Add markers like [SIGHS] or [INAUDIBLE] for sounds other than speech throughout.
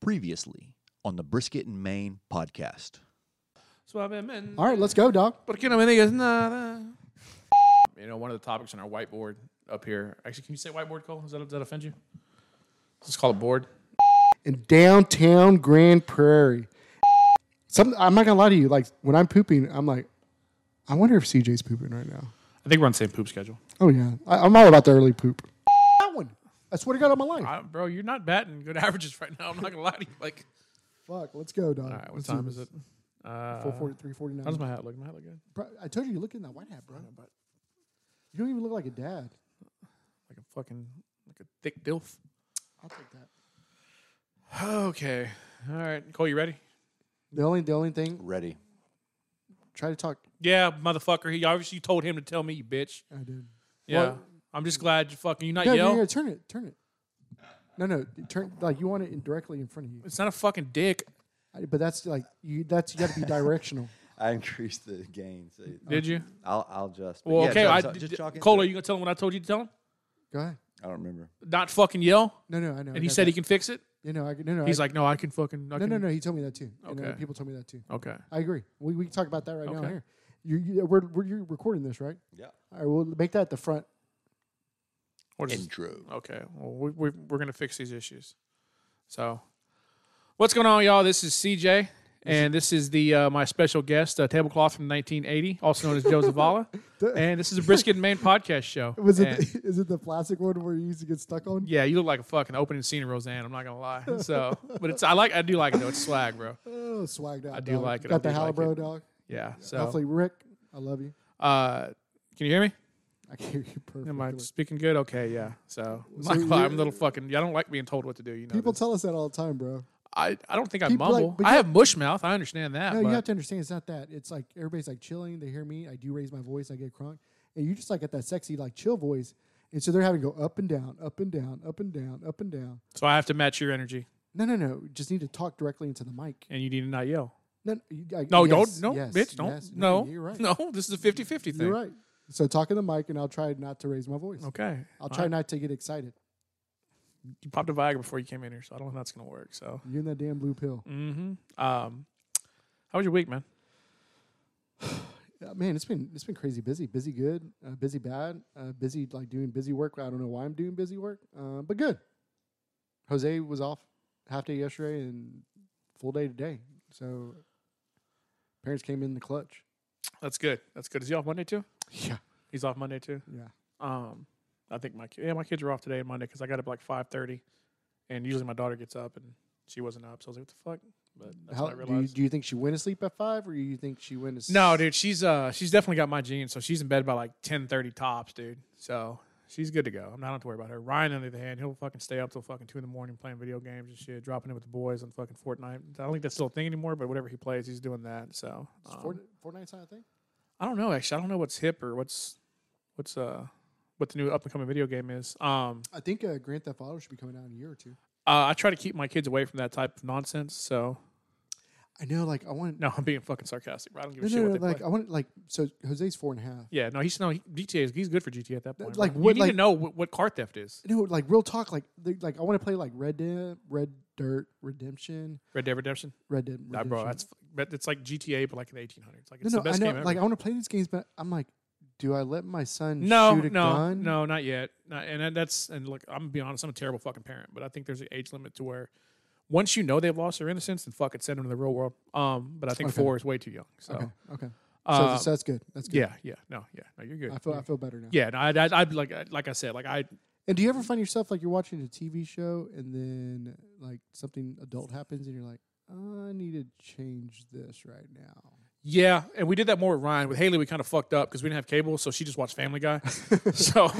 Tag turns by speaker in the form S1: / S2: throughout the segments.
S1: Previously on the Brisket and Maine podcast.
S2: Suavemente.
S3: All right, let's go, dog.
S2: Porque no me digas nada. You know, one of the topics on our whiteboard up here. Actually, can you say whiteboard, Cole? Does that, does that offend you? Let's call it board.
S3: In downtown Grand Prairie. Some, I'm not gonna lie to you. Like when I'm pooping, I'm like, I wonder if CJ's pooping right now.
S2: I think we're on the same poop schedule.
S3: Oh yeah, I, I'm all about the early poop. That one. I swear to God on my life.
S2: I, bro, you're not batting good [LAUGHS] averages right now. I'm not gonna lie to you. Like,
S3: Fuck, let's go, dog.
S2: all right, what time is it? Uh,
S3: Four forty three forty
S2: How does
S3: nine.
S2: my hat look? My hat look good.
S3: I told you you look in that white hat, bro. You don't even look like a dad.
S2: Like a fucking like a thick dilf.
S3: I'll take that.
S2: Okay. All right, Cole, you ready?
S3: The only the only thing
S1: Ready.
S3: try to talk.
S2: Yeah, motherfucker. He obviously you told him to tell me, you bitch.
S3: I did.
S2: Yeah.
S3: What?
S2: I'm just glad you fucking you not
S3: No,
S2: yell.
S3: no, no, turn it, turn it. No, no, turn like you want it in, directly in front of you.
S2: It's not a fucking dick.
S3: I- But that's like you. That's you got to
S2: [LAUGHS]
S3: be directional.
S1: I increased the gain. So
S2: Did you?
S1: I'll, I'll just. but
S2: Well,
S1: yeah,
S2: okay.
S1: so-
S2: I,
S1: so
S2: d-
S1: just
S2: d-
S1: chalk it
S2: Cole,
S1: to-
S2: are you gonna tell him what I told you to tell him?
S3: Go ahead.
S1: I don't remember.
S2: Not fucking yell.
S3: No, no, I know.
S2: And he said he can fix it.
S3: You know, I, no, no.
S2: He's
S3: I,
S2: like, no, I can fucking. I
S3: no,
S2: can.
S3: no, no. He told me that too. And, uh,
S2: Okay.
S3: people told me that too.
S2: Okay.
S3: I agree. We, we can talk about that right now
S2: Okay.
S3: here. You, you we're, we're you're recording this right?
S1: Yeah.
S3: All right, we'll make that the front.
S2: Or just-
S1: Intro.
S2: okay. Well, we, we, we're gonna fix these issues. So, what's going on, y'all? This is CJ, and this is the uh, my special guest, uh, tablecloth from 1980, also known as Joe Zavala, and this is a brisket and main podcast show.
S3: Was it
S2: And-
S3: is it the [LAUGHS] plastic one where you used to get stuck on?
S2: Yeah, you look like a fucking opening scene of Roseanne. I'm not gonna lie. So, but it's I like I do like it though. It's swag, bro.
S3: Oh, swagged out.
S2: I do
S3: dog.
S2: like it. I
S3: Got the
S2: do like
S3: Halibro
S2: it.
S3: dog.
S2: Yeah. So,
S3: Hopefully, Rick. I love you.
S2: uh, can you hear me?
S3: I can hear you perfectly.
S2: Am I speaking good? Okay, yeah. So,
S3: So
S2: I'm not- I'm a
S3: you-
S2: little fucking. I don't like being told what to do. You know,
S3: People
S2: this.
S3: tell us that all the time, bro.
S2: I, I don't think I
S3: People like-
S2: mumble.
S3: but
S2: I
S3: you-
S2: have mush mouth. I understand that.
S3: No,
S2: but
S3: you have to understand. It's not that. It's like everybody's like chilling. They hear me. I do raise my voice. I get crunk, and you just like got that sexy like chill voice, and so they're having to go up and down, up and down, up and down, up and down.
S2: so I have to match your energy,
S3: No, no, no. Just need to talk directly into the mic.
S2: and you need to not yell.
S3: No, no, you- I-
S2: No,
S3: yes,
S2: don't. No,
S3: yes,
S2: bitch, don't.
S3: yes.
S2: no,
S3: you're
S2: [LAUGHS]
S3: right.
S2: no. This is a 50-50 thing.
S3: You're right. So talk in the mic, and I'll try not to raise my voice.
S2: Okay.
S3: I'll
S2: All
S3: try
S2: right.
S3: not to get excited.
S2: You popped a Viagra before you came in here, so I don't know if that's gonna work. So.
S3: You and that damn blue pill,
S2: Mm-hmm. Um, how was your week, man?
S3: Uh, man. It's been it's been crazy busy, busy good, uh, busy bad, uh, busy like doing busy work. I don't know why I'm doing busy work, uh, but good. Jose was off half day yesterday and full day today, so parents came in the clutch.
S2: That's good. That's good. Is he off Monday too?
S3: Yeah,
S2: He's off Monday too.
S3: yeah.
S2: Um, I think my ki- yeah my kids are off today and Monday because I got up like five thirty, and usually my daughter gets up and she wasn't up, so I was like, what the fuck? But that's
S3: How,
S2: what I
S3: do, you,
S2: realized.
S3: do you think she went to sleep at five, or do you think she went to? s-
S2: No, dude, she's uh she's definitely got my genes, so she's in bed by like ten thirty tops, dude. So she's good to go. I'm not have to worry about her. Ryan, on the other hand, he'll fucking stay up till fucking two in the morning playing video games and shit, dropping in with the boys on fucking Fortnite. I don't think that's still a thing anymore, but whatever he plays, he's doing that. So
S3: It's
S2: um,
S3: Fortnite, Fortnite's not a thing.
S2: I don't know actually. I don't know what's hip or what's what's uh what the new up and coming video game is. Um,
S3: I think uh, Grand Theft Auto should be coming out in a year or two.
S2: uh, I try to keep my kids away from that type of nonsense. So
S3: I know, like I want.
S2: no, I'm being fucking sarcastic. Bro. I don't give a
S3: No,
S2: shit
S3: no, no,
S2: what they
S3: like
S2: play.
S3: I want like so Jose's four and a half.
S2: Yeah, no, he's no he, GTA. Is, he's good for GTA at that point.
S3: Like,
S2: Like, you
S3: what-
S2: need
S3: like-
S2: to know what, what car theft is.
S3: No, like real talk, like they, like I want to play like Red Dead, Red Dirt Redemption,
S2: Red Dead Redemption.
S3: Red Dead.
S2: Nah,
S3: Redemption.
S2: bro, that's f- but it's like GTA, but like in the 1800s. Like it's the
S3: no, no, I
S2: best
S3: know.
S2: game ever.
S3: Like I want to play these games, but I'm like, do I let my son
S2: no,
S3: shoot a
S2: no,
S3: gun?
S2: no, not yet. Not, and that- that's and look, I'm gonna be honest. I'm a terrible fucking parent, but I think there's an age limit to where once you know they've lost their innocence, then fuck it, send them to the real world. Um, but I think
S3: Okay.
S2: four is way too young. So,
S3: Okay, okay. So,
S2: uh,
S3: so that's good. That's good.
S2: yeah, yeah, no, yeah, no, you're good.
S3: I feel
S2: You're-
S3: I feel better now.
S2: yeah, no, I, I, I like I- like I said, like I
S3: And do you ever find yourself like you're watching a TV show and then like something adult happens and you're like, I need to change this right now.
S2: [LAUGHS] Yeah, and we did that more with Ryan. With Haley, we kind of fucked up because we didn't have cable, so she just watched Family
S3: [LAUGHS]
S2: Guy. so,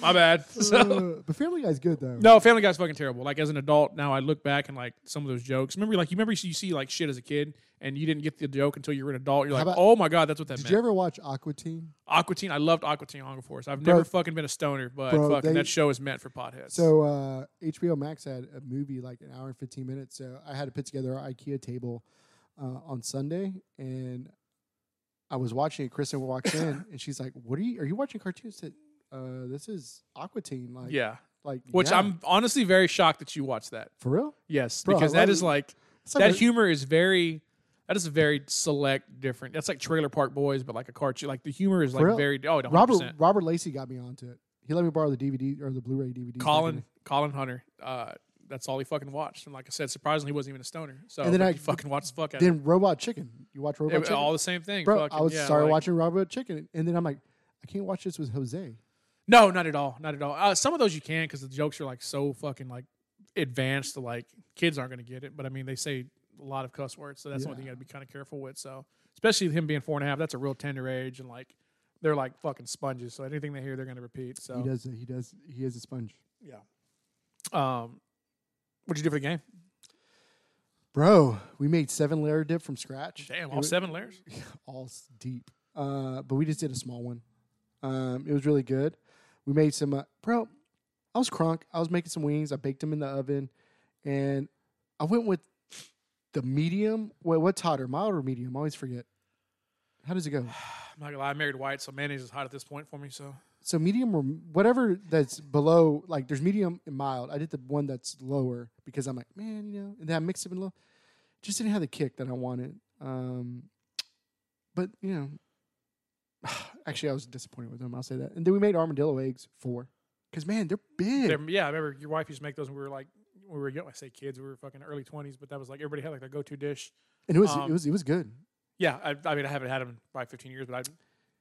S2: my bad. So,
S3: Uh, but Family Guy's good though.
S2: no, Family Guy's fucking terrible. Like as an adult now, I look back and like some of those jokes. Remember, like you remember you see like shit as a kid, and you didn't get the joke until you were an adult. You're like,
S3: How about-
S2: oh my god, that's what that
S3: Did
S2: meant.
S3: you ever watch Aqua Teen?
S2: Aqua Teen, I loved Aqua Teen Hunger Force. I've
S3: Bro-
S2: never fucking been a stoner, but
S3: Bro,
S2: fucking
S3: they-
S2: that show is meant for potheads.
S3: So uh, HBO Max had a movie like an hour and fifteen minutes. So I had to put together our IKEA table uh, on Sunday, and I was watching it.
S2: [LAUGHS]
S3: Kristen walks in, and she's like, "What are you? Are you watching cartoons?" I Said, uh, "This is Aqua Teen." Like,
S2: yeah,
S3: Like,
S2: Which
S3: yeah.
S2: I'm honestly very shocked that you watched that.
S3: for real.
S2: Yes,
S3: Bro, I
S2: because
S3: love
S2: that is
S3: it.
S2: like
S3: It's
S2: that
S3: a-
S2: humor is very that is very select different. That's like Trailer Park Boys, but like a cartoon. Like the humor is like
S3: real?
S2: very oh 100
S3: Robert Robert Lacey got me onto it. He let me borrow the DVD or the Blu-ray DVD. back in
S2: Colin
S3: the-
S2: Colin Hunter. Uh, that's all he fucking watched. And like I said, surprisingly, he wasn't even a stoner. So
S3: And then
S2: but
S3: I-
S2: he fucking watched the fuck out. of it.
S3: Then Robot Chicken. You watch Robot
S2: It was
S3: Chicken?
S2: all the same thing.
S3: Bro,
S2: fucking,
S3: I was
S2: yeah,
S3: started
S2: like-
S3: watching Robot Chicken, and then I'm like, I can't watch this with Jose.
S2: No, not at all. Not at all. Uh, some of those you can because the jokes are like so fucking like advanced. To, like kids aren't going to get it, but I mean they say a lot of cuss words, so that's one thing you
S3: Yeah.
S2: got to be kind of careful with. So especially him being four and a half, that's a real tender age, and like they're like fucking sponges. So anything they hear, they're going to repeat. So
S3: He does. He does. He is a sponge,
S2: um, what'd you do for the game?
S3: bro. We made seven layer dip from scratch.
S2: Damn,
S3: It
S2: all
S3: wa-
S2: seven layers.
S3: [LAUGHS] all s- deep. Uh, but we just did a small one. Um, it was really good. We made some, uh, bro. I was crunk. I was making some wings. I baked them in the oven, and I went with the medium. Wait, what's hotter, mild or medium? I always forget. How does it go?
S2: I'm not gonna lie, I married white, so mayonnaise is hot at this point for me. So
S3: So medium or m- whatever that's below. Like there's medium and mild. I did the one that's lower because I'm like, man, you know. And then I mixed it in low. Just didn't have the kick that I wanted. Um, but you know, [SIGHS] actually, I was disappointed with them. I'll say that. And then we made armadillo eggs four, because man, they're big.
S2: They're- yeah, I remember your wife used to make those when we were like when we were young. I say kids, we were fucking early 20s, but that was like everybody had like their go-to dish.
S3: and it was
S2: um,
S3: it was it was good.
S2: Yeah, I, I mean, I haven't had them probably 15 years, but I,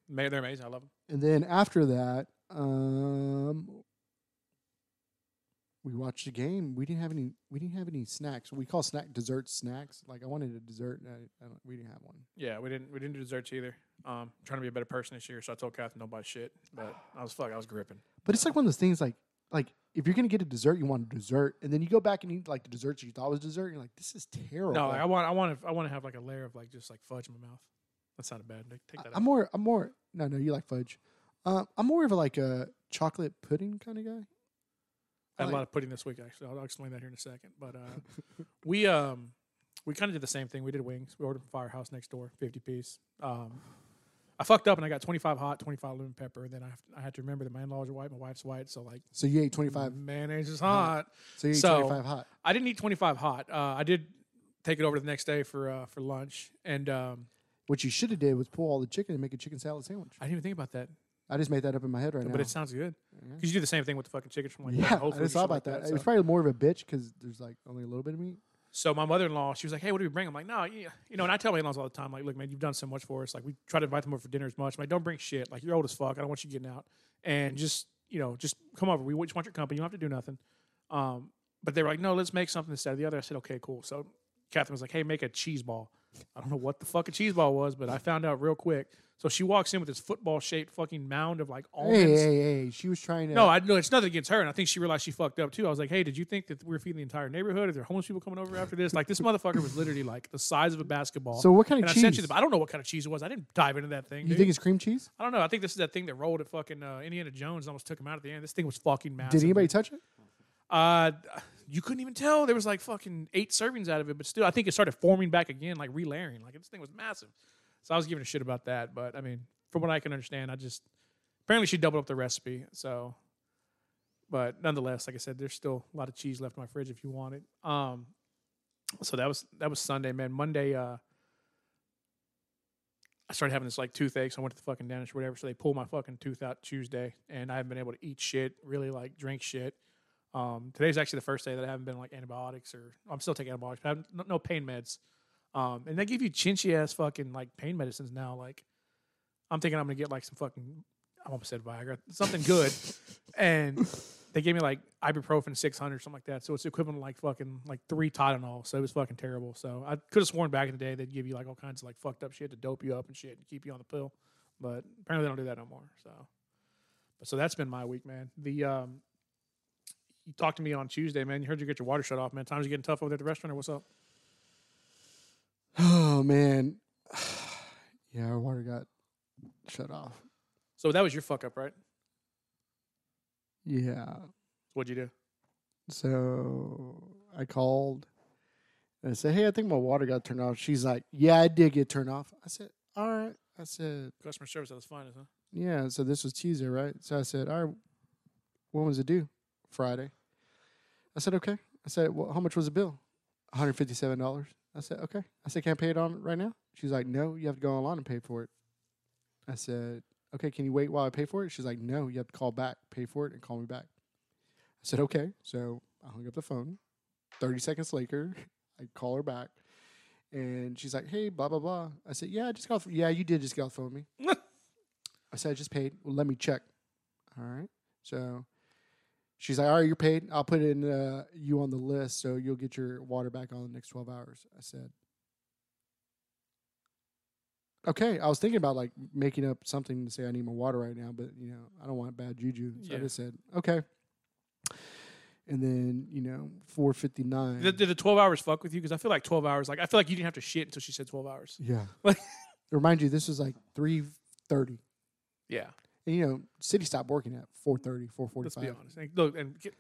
S2: ma- they're amazing. I love them.
S3: And then after that, um, we watched a game. We didn't have any. We didn't have any snacks. We call snack desserts snacks. Like I wanted a dessert. And I, I don't, we didn't have one.
S2: Yeah, we didn't we didn't do desserts either. Um, trying to be a better person this year, so I told Catherine don't buy shit. But I was fuck, I was gripping.
S3: But it's like one of those things. Like like if you're gonna get a dessert, you want a dessert, and then you go back and eat like the desserts you thought was dessert. And you're like, this is terrible.
S2: No, like, I want I want to I want to have like a layer of like just like fudge in my mouth. That's not a bad. Take take
S3: I-
S2: that.
S3: I'm
S2: out.
S3: more. I'm more. No, no, you like fudge. Um, I'm more of a, like a chocolate pudding kind of guy.
S2: I had a
S3: like-
S2: lot of pudding this week actually. I'll, I'll explain that here in a second. But uh, [LAUGHS] we um we kind of did the same thing. We did wings. We ordered from Firehouse next door, 50 piece. Um, I fucked up and I got 25 hot, 25 lemon pepper. And then I have, I had to remember that my in-laws are white, my wife's white, so like
S3: So you ate 25.
S2: mayonnaise is
S3: Hot.
S2: hot.
S3: So you ate
S2: So-
S3: 25 hot.
S2: I didn't eat 25 hot. Uh, I did take it over the next day for uh, for lunch, and um,
S3: What you should have did was pull all the chicken and make a chicken salad sandwich.
S2: I didn't even think about that.
S3: I just made that up in my head right now.
S2: But it sounds good
S3: Yeah.
S2: because you do the same thing with the fucking chicken
S3: [LAUGHS]
S2: from like
S3: Mm-hmm. yeah,
S2: fucking Whole
S3: I
S2: Foods or
S3: just thought
S2: something
S3: about
S2: like
S3: that.
S2: that.
S3: It
S2: so.
S3: was probably more of a bitch because there's like only a little bit of meat.
S2: so my mother-in-law, she was like, "Hey, what do we bring?" I'm like, "No, you, you know." And I tell my in-laws all the time, like, "Look, man, you've done so much for us. Like, we try to invite them over for dinner as much. I'm like, don't bring shit. Like, you're old as fuck. I don't want you getting out. And just you know, just come over. We just want your company. You don't have to do nothing." Um, but they were like, "No, let's make something instead of the other." I said, "Okay, cool." So Catherine was like, "Hey, make a cheese ball." I don't know what the fuck a cheese ball was, but I found out real quick. So she walks in with this football-shaped fucking mound of like almonds.
S3: Hey, hey, hey! She was trying to.
S2: No, I know it's nothing against her, and I think she realized she fucked up too. I was like, "Hey, did you think that we are feeding the entire neighborhood? Are there homeless people coming over after this? Like this motherfucker was literally like the size of a basketball."
S3: so what kind
S2: and
S3: of
S2: I
S3: cheese?
S2: sent you the. I don't know what kind of cheese it was. I didn't dive into that thing.
S3: you
S2: dude.
S3: think it's cream cheese?
S2: I don't know. I think this is that thing that rolled at fucking uh, Indiana Jones and almost took him out at the end. This thing was fucking massive.
S3: Did anybody
S2: dude.
S3: touch it?
S2: uh, you couldn't even tell. There was like fucking eight servings out of it, but still, I think it started forming back again, like relayering. Like this thing was massive. So I was giving a shit about that, but I mean, from what I can understand, I just apparently she doubled up the recipe. So, but nonetheless, like I said, there's still a lot of cheese left in my fridge if you want it. Um, so that was that was Sunday, man. Monday, uh, I started having this like toothache. So I went to the fucking dentist or whatever. So they pulled my fucking tooth out Tuesday, and I haven't been able to eat shit, really like drink shit. Um, today's actually the first day that I haven't been on, like antibiotics or I'm still taking antibiotics, but I have no, no pain meds. Um, and they give you chintzy ass fucking like pain medicines now. Like, I'm thinking I'm gonna get like some fucking I almost said Viagra, something good, and they gave me like ibuprofen 600 something like that. So it's equivalent to like fucking like three Tylenol. So it was fucking terrible. So I could have sworn back in the day they'd give you like all kinds of like fucked up shit to dope you up and shit and keep you on the pill, but apparently they don't do that no more. So, but so that's been my week, man. The um, you talked to me on Tuesday, man. You heard you get your water shut off, man. Times are getting tough over there at the restaurant, or what's up?
S3: Oh man, [SIGHS] yeah, our water got shut off.
S2: So that was your fuck up, right?
S3: Yeah,
S2: What'd you do?
S3: so I called and I said, "Hey, I think my water got turned off." She's like, "Yeah, I did get turned off." I said, "All right." I said,
S2: Customer service at its finest, huh?
S3: Yeah, so this was Tuesday, right? So I said, All right, when was it due? Friday. I said, okay. I said, well, how much was the bill? $157. I said, okay. I said, can I pay it on right now? She's like, no, you have to go online and pay for it. I said, okay, can you wait while I pay for it? She's like, no, you have to call back, pay for it, and call me back. I said, okay. So I hung up the phone. 30 seconds later, [LAUGHS] I call her back. And she's like, hey, blah, blah, blah. I said, yeah, I just got, off- yeah, you did just get off the phone with me. I said, I just paid. Well, let me check. All right. So she's like, all right, you're paid. I'll put in uh, you on the list so you'll get your water back on the next 12 hours. I said, okay. I was thinking about like making up something to say I need my water right now, but you know, I don't want bad juju. So I
S2: Yeah.
S3: just said, okay. And then, you know, 459.
S2: Did, did the twelve hours fuck with you? Because I feel like twelve hours. Like I feel like you didn't have to shit until she said twelve hours. [LAUGHS]
S3: yeah.
S2: Like-
S3: Remind you, this was like 3.30.
S2: Yeah.
S3: And, you know, city stopped working at 4.30,
S2: Let's be
S3: 4.45.
S2: honest. And look, and get,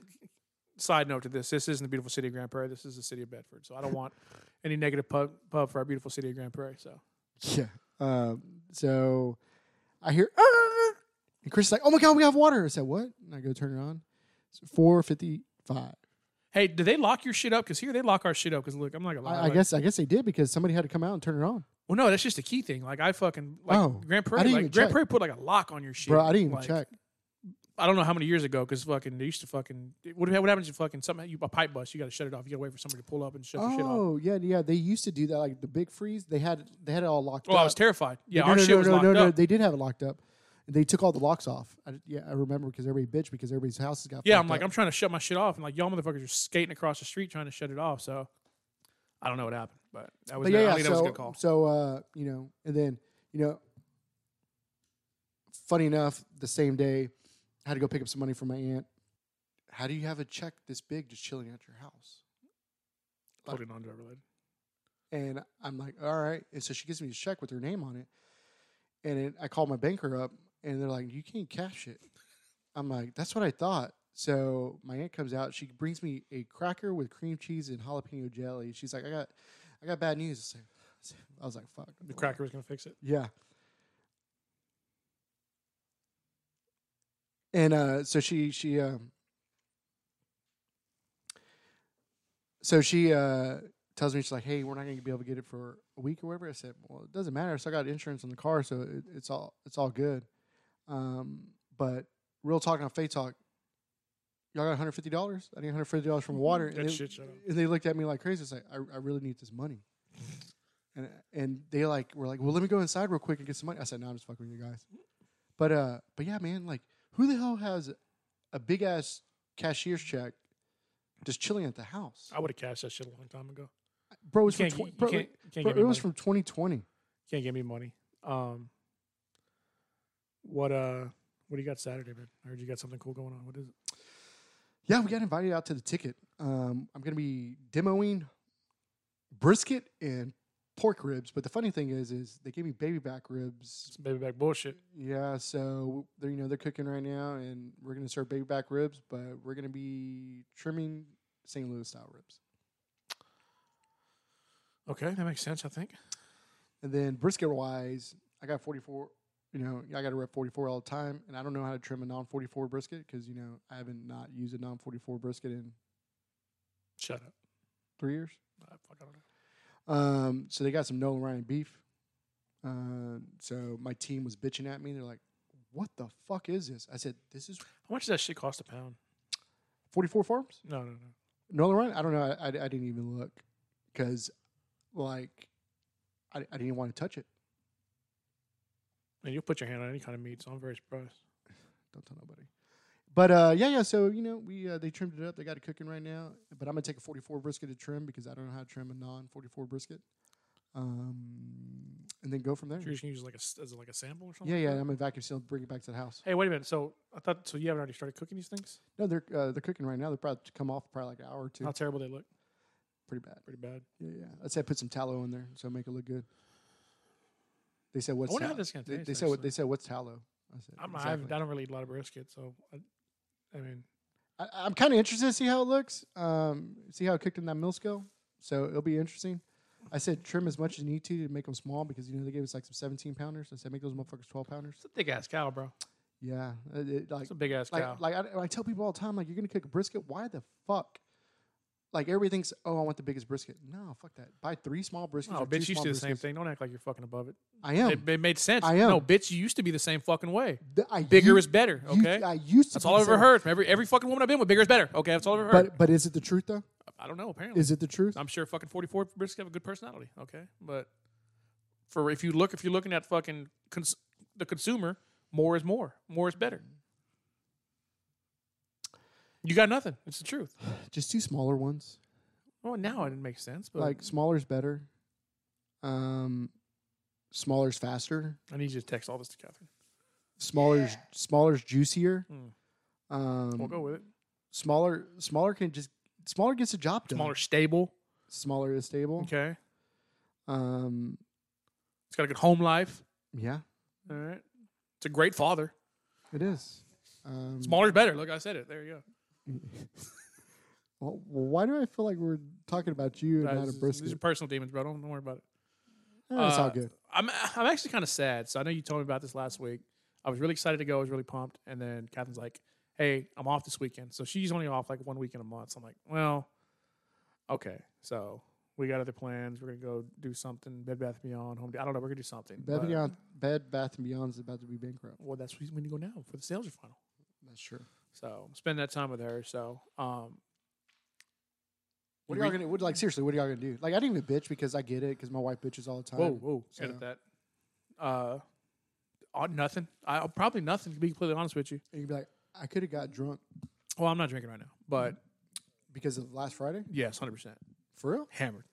S2: side note to this: this isn't the beautiful city of Grand Prairie. This is the city of Bedford. So I don't [LAUGHS] want any negative pub, pub for our beautiful city of Grand Prairie. So
S3: Yeah. Um, so I hear, "Arr!" and Chris is like, "Oh my god, we have water!" I said, "What?" And I go turn it on. It's four fifty-five.
S2: hey, do they lock your shit up? Because here they lock our shit up. Because look, I'm not gonna lie.
S3: I, I
S2: like-
S3: guess I guess they did because somebody had to come out and turn it on.
S2: Well, no, that's just a key thing. Like I fucking like
S3: Oh,
S2: Grand
S3: I
S2: Prairie.
S3: didn't
S2: Like
S3: even
S2: Grand
S3: check.
S2: Prairie put like a lock on your shit.
S3: Bro, I didn't even
S2: Like,
S3: check.
S2: I don't know how many years ago because fucking they used to fucking what, what happens if fucking something you a pipe bust you got to shut it off you got to wait for somebody to pull up and shut your shit off.
S3: Oh yeah, yeah. They used to do that. Like the big freeze, they had they had it all locked
S2: Well,
S3: up.
S2: Oh, I was terrified. Yeah,
S3: no,
S2: our
S3: no,
S2: shit
S3: no,
S2: was
S3: no,
S2: locked
S3: no, no.
S2: up.
S3: They did have it locked up. They took all the locks off. I, yeah, I remember because everybody bitched because everybody's houses got.
S2: yeah,
S3: fucked
S2: I'm like
S3: up.
S2: I'm trying to shut my shit off and like y'all motherfuckers are skating across the street trying to shut it off. So I don't know what happened, but that was
S3: But
S2: yeah,
S3: yeah,
S2: I
S3: yeah,
S2: think
S3: so,
S2: that was a good call.
S3: So uh, you know, and then you know, funny enough, the same day, I had to go pick up some money for my aunt. How do you have a check this big just chilling at your house?
S2: Hold it on to everybody.
S3: And I'm like, all right. And so she gives me this check with her name on it, and it, I call my banker up, and they're like, you can't cash it. I'm like, that's what I thought. So my aunt comes out. She brings me a cracker with cream cheese and jalapeno jelly. She's like, I got, I got bad news. I was like- I was like, fuck.
S2: The cracker was gonna fix it.
S3: Yeah. And uh, so she she um, so she uh, tells me she's like, "Hey, we're not going to be able to get it for a week or whatever." I said, "Well, it doesn't matter. So I got insurance on the car, so it, it's all it's all good." Um, but real talk on Fate Talk, y'all got one hundred fifty dollars. I need one hundred fifty dollars from water.
S2: That
S3: and,
S2: shit
S3: they,
S2: shut up.
S3: and they looked at me like crazy. It's like I, I really need this money. And and they like were like, well, let me go inside real quick and get some money. I said, no, I'm just fucking with you guys. But uh, but yeah, man, like who the hell has a big ass cashier's check just chilling at the house,
S2: I would have cashed that shit a long time ago.
S3: bro? It
S2: Uh, You
S3: was from
S2: can't,
S3: tw-
S2: gi- you
S3: bro,
S2: can't, you can't
S3: bro,
S2: give me
S3: it was
S2: money.
S3: from 2020.
S2: can't give me money. Um, what uh, what do you got Saturday, man? I heard you got something cool going on. What is it?
S3: Yeah, we got invited out to the ticket. Um, I'm gonna be demoing brisket and pork ribs. But the funny thing is, is they gave me baby back ribs
S2: Some baby back bullshit.
S3: Yeah, so they're you know they're cooking right now, and we're gonna serve baby back ribs, but we're gonna be trimming St. Louis style ribs,
S2: Okay, that makes sense. I think.
S3: and then brisket wise, I got forty four. You know, I got to rep forty four all the time, and I don't know how to trim a non forty four brisket because you know I haven't not used a non forty four brisket in
S2: Shut up.
S3: three years.
S2: I fuck, I don't know.
S3: Um, so they got some Nolan Ryan beef. Um, so my team was bitching at me. They're like, "What the fuck is this?" I said, "This is
S2: How much does that shit cost a pound?
S3: forty four farms."
S2: No, no, no.
S3: Nolan Ryan? I don't know. I, I, I didn't even look because, like, I, I didn't want to touch it.
S2: And you'll put your hand on any kind of meat, so I'm very surprised.
S3: Don't tell nobody. But uh, yeah, yeah. So you know, we uh, they trimmed it up. They got it cooking right now. But I'm gonna take a 44 brisket to trim because I don't know how to trim a non-44 brisket. Um, and then go from there.
S2: So you're just gonna use like a s- as like a sample or something.
S3: Yeah,
S2: like
S3: yeah.
S2: that?
S3: I'm gonna vacuum seal, and bring it back to the house.
S2: Hey, wait a minute. So I thought so you haven't already started cooking these things?
S3: No, they're uh, they're cooking right now. They're probably to come off probably like an hour or two.
S2: How terrible they look.
S3: Pretty bad.
S2: Pretty bad.
S3: Yeah, yeah. I'd say put some tallow in there so make it look good. They said what's
S2: wonder how
S3: tallow?
S2: this gonna
S3: they,
S2: taste,
S3: they said what
S2: actually.
S3: they said what's tallow. I said
S2: I'm not, I,
S3: "Exactly."
S2: haven't- I don't really eat a lot of brisket, so I, I mean,
S3: I, I'm kind of interested to see how it looks. Um, see how it cooked in that mill scale. So it'll be interesting. I said trim as much as you need to to make them small because you know they gave us like some 17 pounders. I said make those motherfuckers 12 pounders.
S2: it's a thick ass cow, bro.
S3: Yeah, it, it, like
S2: It's a big ass cow.
S3: like, like I, I tell people all the time, like you're gonna cook a brisket. Why the fuck? Like everything's oh, I want the biggest brisket. No, fuck that. Buy three small briskets.
S2: oh,
S3: or two
S2: bitch, you used
S3: small
S2: to do the same
S3: briskets.
S2: thing. Don't act like you're fucking above it.
S3: I am.
S2: It, it made sense.
S3: I am.
S2: No, bitch, you used to be the same fucking way.
S3: Th- I
S2: Bigger
S3: u-
S2: is better.
S3: u-
S2: Okay,
S3: I used to.
S2: that's
S3: be
S2: all
S3: the
S2: I've ever
S3: same-
S2: heard from every every fucking woman I've been with. Bigger is better. Okay, that's all I've ever heard.
S3: But but is it the truth though?
S2: I don't know. Apparently,
S3: Is it the truth?
S2: I'm sure fucking 44 brisket have a good personality. Okay, but for if you look, if you're looking at fucking cons- the consumer, more is more. More is better. You got nothing. It's the truth.
S3: Just do smaller ones.
S2: Well, now it makes sense, but
S3: Like smaller's better. Um, smaller's faster.
S2: I need you to text all this to Catherine.
S3: Smaller's smaller's juicier.
S2: Mm.
S3: Um,
S2: We'll go with it.
S3: smaller smaller can just smaller gets the job done.
S2: Smaller, stable.
S3: smaller is stable.
S2: Okay,
S3: Um,
S2: it's got a good home life.
S3: yeah,
S2: All right, it's a great father.
S3: it is. Um,
S2: Smaller's better. Look, I said it. There you go.
S3: Well, why do I feel like we're talking about you and not a
S2: Guys, These are
S3: brisket?
S2: personal demons, bro. Don't, don't worry about it.
S3: Eh, it's all
S2: uh,
S3: good.
S2: I'm I'm actually kind of sad. So I know you told me about this last week. I was really excited to go. I was really pumped, and then Catherine's like, "Hey, I'm off this weekend." So she's only off like one weekend a month. So I'm like, "Well, okay." So we got other plans. We're gonna go do something. Bed Bath and Beyond, Home. Depot. I don't know. We're gonna do something.
S3: Bed,
S2: but-
S3: Beyond, Bed Bath and Beyond is about to be bankrupt.
S2: Well, that's when you go now for the sales are final.
S3: That's true.
S2: So spend that time with her. So um,
S3: What
S2: You
S3: are y'all
S2: re-
S3: gonna? What, like seriously, what are y'all gonna do? Like I didn't even bitch because I get it because my wife bitches all the time.
S2: Whoa, whoa,
S3: uh, so-
S2: edit that. Uh, uh, nothing. I probably nothing. To be completely honest with you,
S3: And you'd be like, I could have got drunk
S2: well, I'm not drinking right now,
S3: Mm-hmm.
S2: but
S3: because of last Friday.
S2: yes, hundred percent
S3: For real?
S2: hammered,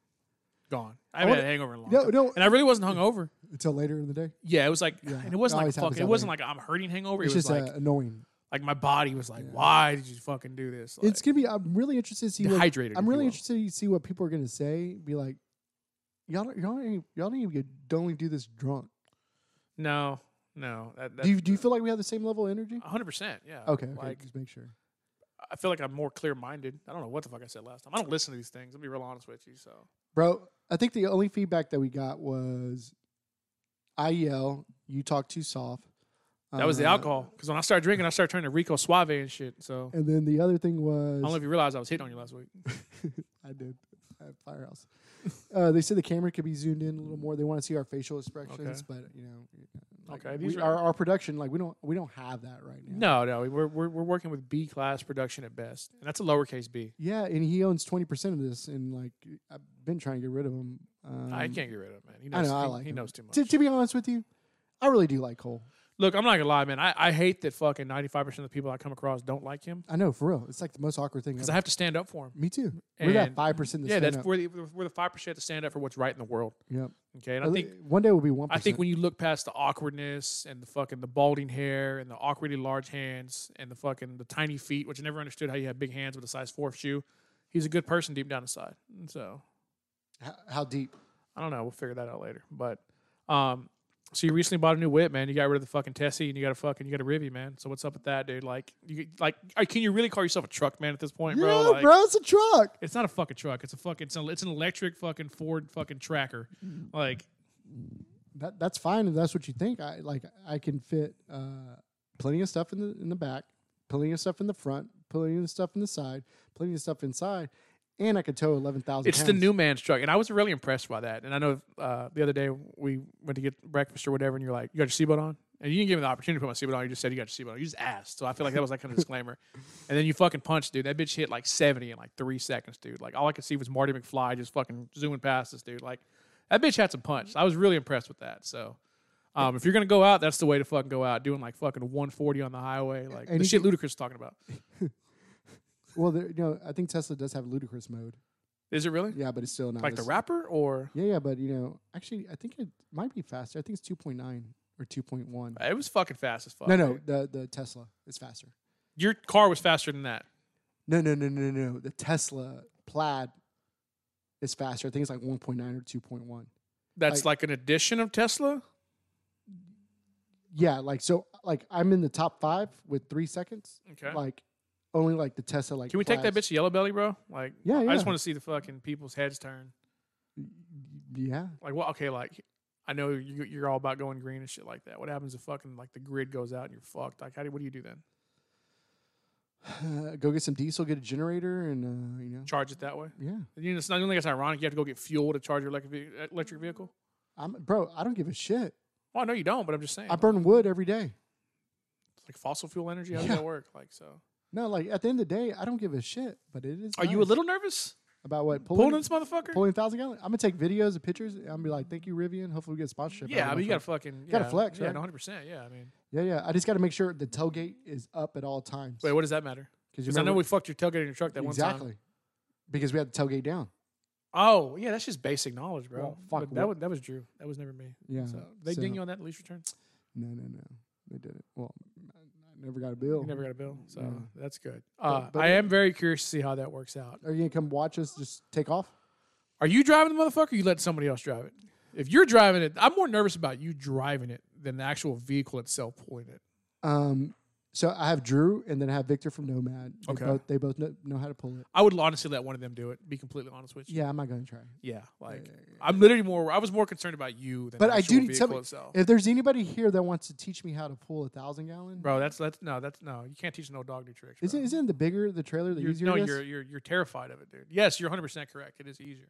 S2: gone. I haven't
S3: wanna-
S2: had a hangover in a long
S3: No,
S2: time,
S3: no.
S2: and I really wasn't hungover.
S3: Until later in the day.
S2: Yeah, it was like,
S3: Yeah,
S2: and it
S3: it
S2: wasn't like
S3: always happens
S2: fucking. It
S3: that
S2: wasn't like I'm hurting hangover.
S3: It's
S2: it was
S3: just
S2: like,
S3: uh, annoying.
S2: like my body was like, why did you fucking do this? Like,
S3: it's gonna be. I'm really interested to see. What,
S2: dehydrated.
S3: I'm
S2: if you
S3: really
S2: will.
S3: interested to see what people are gonna say. Be like, y'all, don't- y'all, ain't- y'all don't even get, don't even do this drunk.
S2: No, no. That, that,
S3: do you do you feel like we have the same level of energy?
S2: 100. percent Yeah.
S3: Okay, okay,
S2: Uh, Like
S3: just make sure.
S2: I feel like I'm more clear minded. I don't know what the fuck I said last time. I don't listen to these things. I'll be real honest with you. So
S3: Bro, I think the only feedback that we got was I yell, you talk too soft.
S2: that was the
S3: Uh,
S2: alcohol. Because when I started drinking, I started turning to Rico Suave and shit. So
S3: And then the other thing
S2: I don't know
S3: was
S2: if you realize I was hitting on you last week.
S3: [LAUGHS] I did at Firehouse. uh, they said the camera could be zoomed in a little more. They want to see our facial expressions, but you know, uh, like,
S2: Okay,
S3: we-
S2: these are-
S3: our, our production like we don't we don't have that right now.
S2: No, no, we're we're, we're working with B class production at best, and that's a lowercase B.
S3: Yeah, and he owns twenty percent of this, and like I've been trying to get rid of him. Um,
S2: I can't get rid of it, man. He
S3: I
S2: knows,
S3: know, I
S2: he,
S3: like
S2: he
S3: him.
S2: knows too much.
S3: To, to be honest with you, I really do like Cole.
S2: Look, I'm not gonna lie, man. I, I hate that fucking 95 percent of the people I come across don't like him
S3: I know for real. It's like the most awkward thing.
S2: because
S3: ever.
S2: I have to stand up for him.
S3: Me too. We're that
S2: And-
S3: five percent.
S2: yeah, that's we're the we're the five percent to stand up for what's right in the world.
S3: Yep.
S2: Okay, and I
S3: Uh,
S2: think
S3: one day we'll be one.
S2: I think when you look past the awkwardness and the fucking the balding hair and the awkwardly large hands and the fucking the tiny feet, which I never understood how you had big hands with a size four shoe, he's a good person deep down inside. And so
S3: how, how deep?
S2: I don't know. We'll figure that out later. But um, so you recently bought a new whip, man. You got rid of the fucking Tessie and you got a fucking you got a Rivy, man. So what's up with that, dude? Like, you like, uh, can you really call yourself a truck man at this point, bro?
S3: yeah,
S2: Like,
S3: bro, it's a truck.
S2: It's not a fucking truck. It's a fucking it's, a, it's an electric fucking Ford fucking tracker.
S3: Mm-hmm.
S2: Like,
S3: That, that's fine if that's what you think. I like I can fit uh, plenty of stuff in the in the back, plenty of stuff in the front, plenty of stuff in the side, plenty of stuff inside, and I could tow eleven thousand.
S2: It's the new man's truck, and I was really impressed by that. And I know uh, the other day we went to get breakfast or whatever, and you're like, "You got your seatbelt on," and you didn't give me the opportunity to put my seatbelt on. You just said you got your seatbelt on. You just asked, so I feel like that was like kind of disclaimer. And then you fucking punched, dude. That bitch hit like 70 in like three seconds, dude. Like all I could see was Marty McFly just fucking zooming past us, dude. Like that bitch had some punch. I was really impressed with that. So. Um, if you're gonna go out, that's the way to fucking go out. Doing like fucking 140 on the highway, like
S3: And
S2: the
S3: you
S2: shit Ludacris is talking about.
S3: Well, there, you know, I think Tesla does have ludicrous mode.
S2: Is it really?
S3: Yeah, but it's still not
S2: Like the
S3: as-
S2: rapper, or
S3: Yeah, yeah, but you know, actually, I think it might be faster. I think it's two point nine or two point one.
S2: it was fucking fast as fuck.
S3: No, no,
S2: dude.
S3: the the Tesla is faster.
S2: your car was faster than that.
S3: No, no, no, no, no. The Tesla Plaid is faster. I think it's like 1.9 or 2.1.
S2: That's like, an addition of Tesla.
S3: Yeah, like so, like I'm in the top five with three seconds.
S2: Okay.
S3: Like only like the Tesla. Like
S2: Can we take that
S3: Plaids-
S2: bitch to yellow belly, bro? Like,
S3: Yeah,
S2: I just
S3: yeah.
S2: want to see the fucking people's heads turn.
S3: Yeah,
S2: Like, what? Okay, like, I know you, you're all about going green and shit like that. What happens if fucking like the grid goes out and you're fucked? Like, how do what do you do then?
S3: [SIGHS] go get some diesel, get a generator, and uh, you know,
S2: Charge it that way?
S3: yeah.
S2: You know, it's not the only thing that's ironic. You have to go get fuel to charge your electric ve- uh, electric vehicle.
S3: I'm bro. I don't give a shit.
S2: Well, I know you don't, but I'm just saying.
S3: I burn wood every day.
S2: It's like fossil fuel energy. How does
S3: Yeah.
S2: that work? Like so.
S3: No, like at the end of the day, I don't give a shit. But it is.
S2: Are you a
S3: nice.
S2: little nervous
S3: about what
S2: pulling
S3: pulling
S2: this motherfucker?
S3: pulling thousand gallon? I'm gonna take videos and pictures. And I'm gonna be like, thank you, Rivian. Hopefully, we get a sponsorship. out
S2: yeah,
S3: of
S2: I
S3: my
S2: mean you gotta
S3: truck."
S2: fucking
S3: gotta
S2: yeah,
S3: flex,
S2: Yeah,
S3: right?
S2: 100. percent Yeah, I mean,
S3: Yeah, yeah. I just got to make sure the tailgate is up at all times.
S2: wait, what does that matter? Because I know we fucked your tailgate in your truck that
S3: exactly
S2: one time.
S3: because we had the tailgate down.
S2: Oh yeah, that's just basic knowledge, bro.
S3: Well, fuck,
S2: But that
S3: what-
S2: was that was Drew. That was never me.
S3: Yeah,
S2: So they
S3: so-
S2: ding you on that lease return.
S3: No, no, no. They did it. Well, I, I never got a
S2: You
S3: bill.
S2: never got a bill, so
S3: Yeah.
S2: that's good. Uh,
S3: but
S2: I
S3: it-
S2: am very curious to see how that works out.
S3: Are you gonna come watch us just take off?
S2: Are you driving the motherfucker? Or you let somebody else drive it. If you're driving it, I'm more nervous about you driving it than the actual vehicle itself pulling it.
S3: Um, so I have Drew and then I have Victor from Nomad. They
S2: Okay.
S3: both, they both know, know how to pull it.
S2: I would honestly let one of them do it. Be completely honest with you.
S3: Yeah, I'm not gonna try.
S2: Yeah, like I'm literally more. I was more concerned about you than
S3: But
S2: the
S3: I
S2: actual
S3: do need
S2: vehicle
S3: somebody-
S2: itself.
S3: If there's anybody here that wants to teach me how to pull a thousand gallon,
S2: bro, that's that's no, that's no. You can't teach no dog new tricks.
S3: isn't
S2: bro.
S3: isn't the bigger the trailer the
S2: You're-
S3: easier?
S2: no,
S3: it is?
S2: you're you're you're terrified of it, dude. Yes, you're 100 percent correct. It is easier,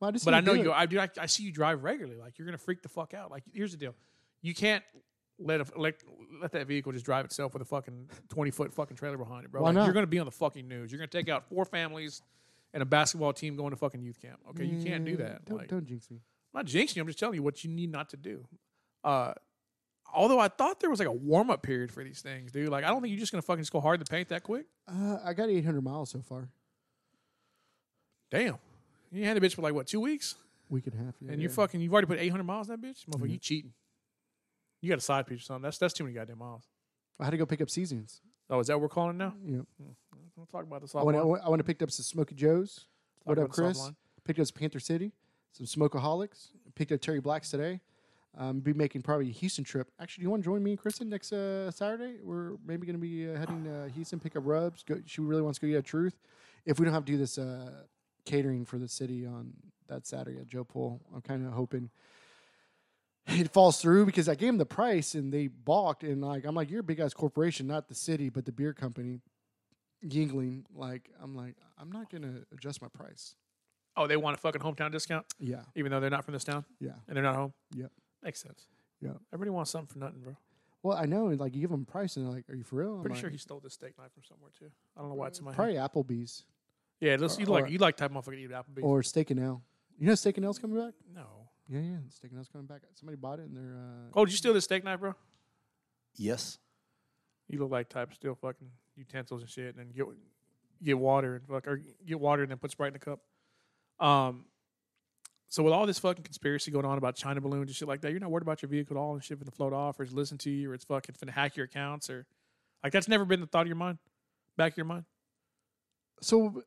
S3: Well, I just
S2: but I
S3: wanna
S2: know
S3: do
S2: you.
S3: it.
S2: I do. I, I see you drive regularly. Like you're gonna freak the fuck out. Like here's the deal, you can't let a let, let that vehicle just drive itself with a fucking 20 foot fucking trailer behind it, bro.
S3: Why
S2: Like,
S3: not?
S2: You're gonna be on the fucking news. You're gonna take out four families and a basketball team going to fucking youth camp. Okay, you can't do
S3: Yeah,
S2: that.
S3: Mm, Don't,
S2: like,
S3: don't jinx me.
S2: I'm not jinxing you. I'm just telling you what you need not to do. Uh, although I thought there was like a warm up period for these things, dude. Like I don't think you're just gonna fucking just go hard in the paint that quick.
S3: Uh, I got 800 miles so far.
S2: Damn, you had a bitch for like what two weeks,
S3: Week and a half. yeah,
S2: and you
S3: yeah.
S2: fucking you've already put 800 miles in that bitch. Motherfucker,
S3: Mhm.
S2: you cheating. You got a side piece or something. That's that's too many goddamn miles.
S3: I had to go pick up seasons.
S2: Oh, is that what we're calling it now?
S3: You know,
S2: We'll Mm, talk about this
S3: I went, I
S2: offline.
S3: went- I went and picked up some Smoky Joes. What
S2: about
S3: up,
S2: this
S3: Chris?
S2: offline.
S3: Picked up some Panther City, some Smokeaholics. Picked up Terry Blacks today. Um, be making probably a Houston trip. Actually, do you want to join me and Kristen next uh, Saturday? We're maybe going to be uh, heading to Houston, pick up rubs. Go, she really wants to go get a truth. If we don't have to do this uh, catering for the city on that Saturday at Joe Pool, I'm kind of hoping it falls through because I gave them the price and they balked. And like, I'm like, you're a big ass corporation, not the city, but the beer company, Yingling. Like, I'm like, I'm not going to adjust my price.
S2: Oh, they want a fucking hometown discount,
S3: Yeah,
S2: even though they're not from this town
S3: yeah.
S2: and they're not home.
S3: Yep.
S2: makes sense.
S3: Yep.
S2: everybody wants something for nothing, bro.
S3: Well, I know, and like you give them a price, and they're like, "Are you for real?" I'm
S2: Pretty
S3: like,
S2: sure he stole this steak knife from somewhere too. I don't know why it's in my hand.
S3: probably Applebee's
S2: Yeah, let's,
S3: Or-
S2: you like
S3: or-
S2: you like type motherfucker to eat Applebee's.
S3: or Steak and Ale. You know, Steak and Ale's coming back.
S2: no.
S3: Yeah, yeah, Steak and Ale's coming back. Somebody bought it, and they're uh,
S2: Oh, did you steal this steak knife, bro?
S1: Yes.
S2: You look like type steal fucking utensils and shit, and then get get water and fuck or get water and then put Sprite in the cup. Um. So with all this fucking conspiracy going on about China balloons and shit like that, you're not worried about your vehicle at all and shit finna float off or it's listen to you or it's fucking finna hack your accounts or like that's never been the thought of your mind, back of your mind,
S3: so.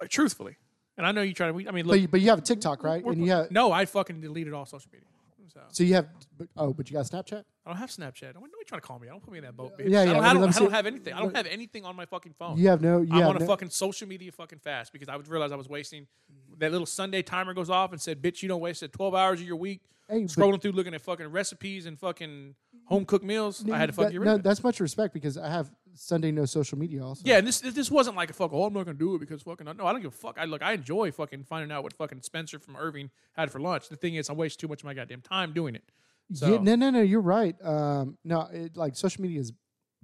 S2: like truthfully. And I know you try to. we- I mean,
S3: But
S2: look,
S3: you, but you have a TikTok, right?
S2: we're-
S3: And you have
S2: no, I fucking deleted all social media. So
S3: so you have but, oh, but you got Snapchat.
S2: I don't have Snapchat. Don't, don't be trying to call me. I don't put me in that boat, bitch.
S3: Yeah,
S2: I
S3: yeah,
S2: don't,
S3: but
S2: I don't,
S3: I'm
S2: I don't
S3: saying-
S2: have anything. I don't
S3: but-
S2: have anything on my fucking phone.
S3: You have no. You
S2: I'm
S3: have
S2: on a
S3: no,
S2: fucking social media fucking fast because I would realize I was wasting. That little Sunday timer goes off and said, "Bitch, you don't waste it 12 hours of your week
S3: hey, but-
S2: scrolling through looking at fucking recipes and fucking home cooked meals." I had to fucking
S3: that-
S2: get rid
S3: no,
S2: of it.
S3: that's much respect because I have Sunday no social media also.
S2: Yeah, and this this wasn't like a fuck. Oh, I'm not gonna do it because fucking no, I don't give a fuck. I look, I enjoy fucking finding out what fucking Spencer from Irving had for lunch. The thing is, I waste too much of my goddamn time doing it. So
S3: Yeah, no, no, no. You're right. Um, no, it, like social media is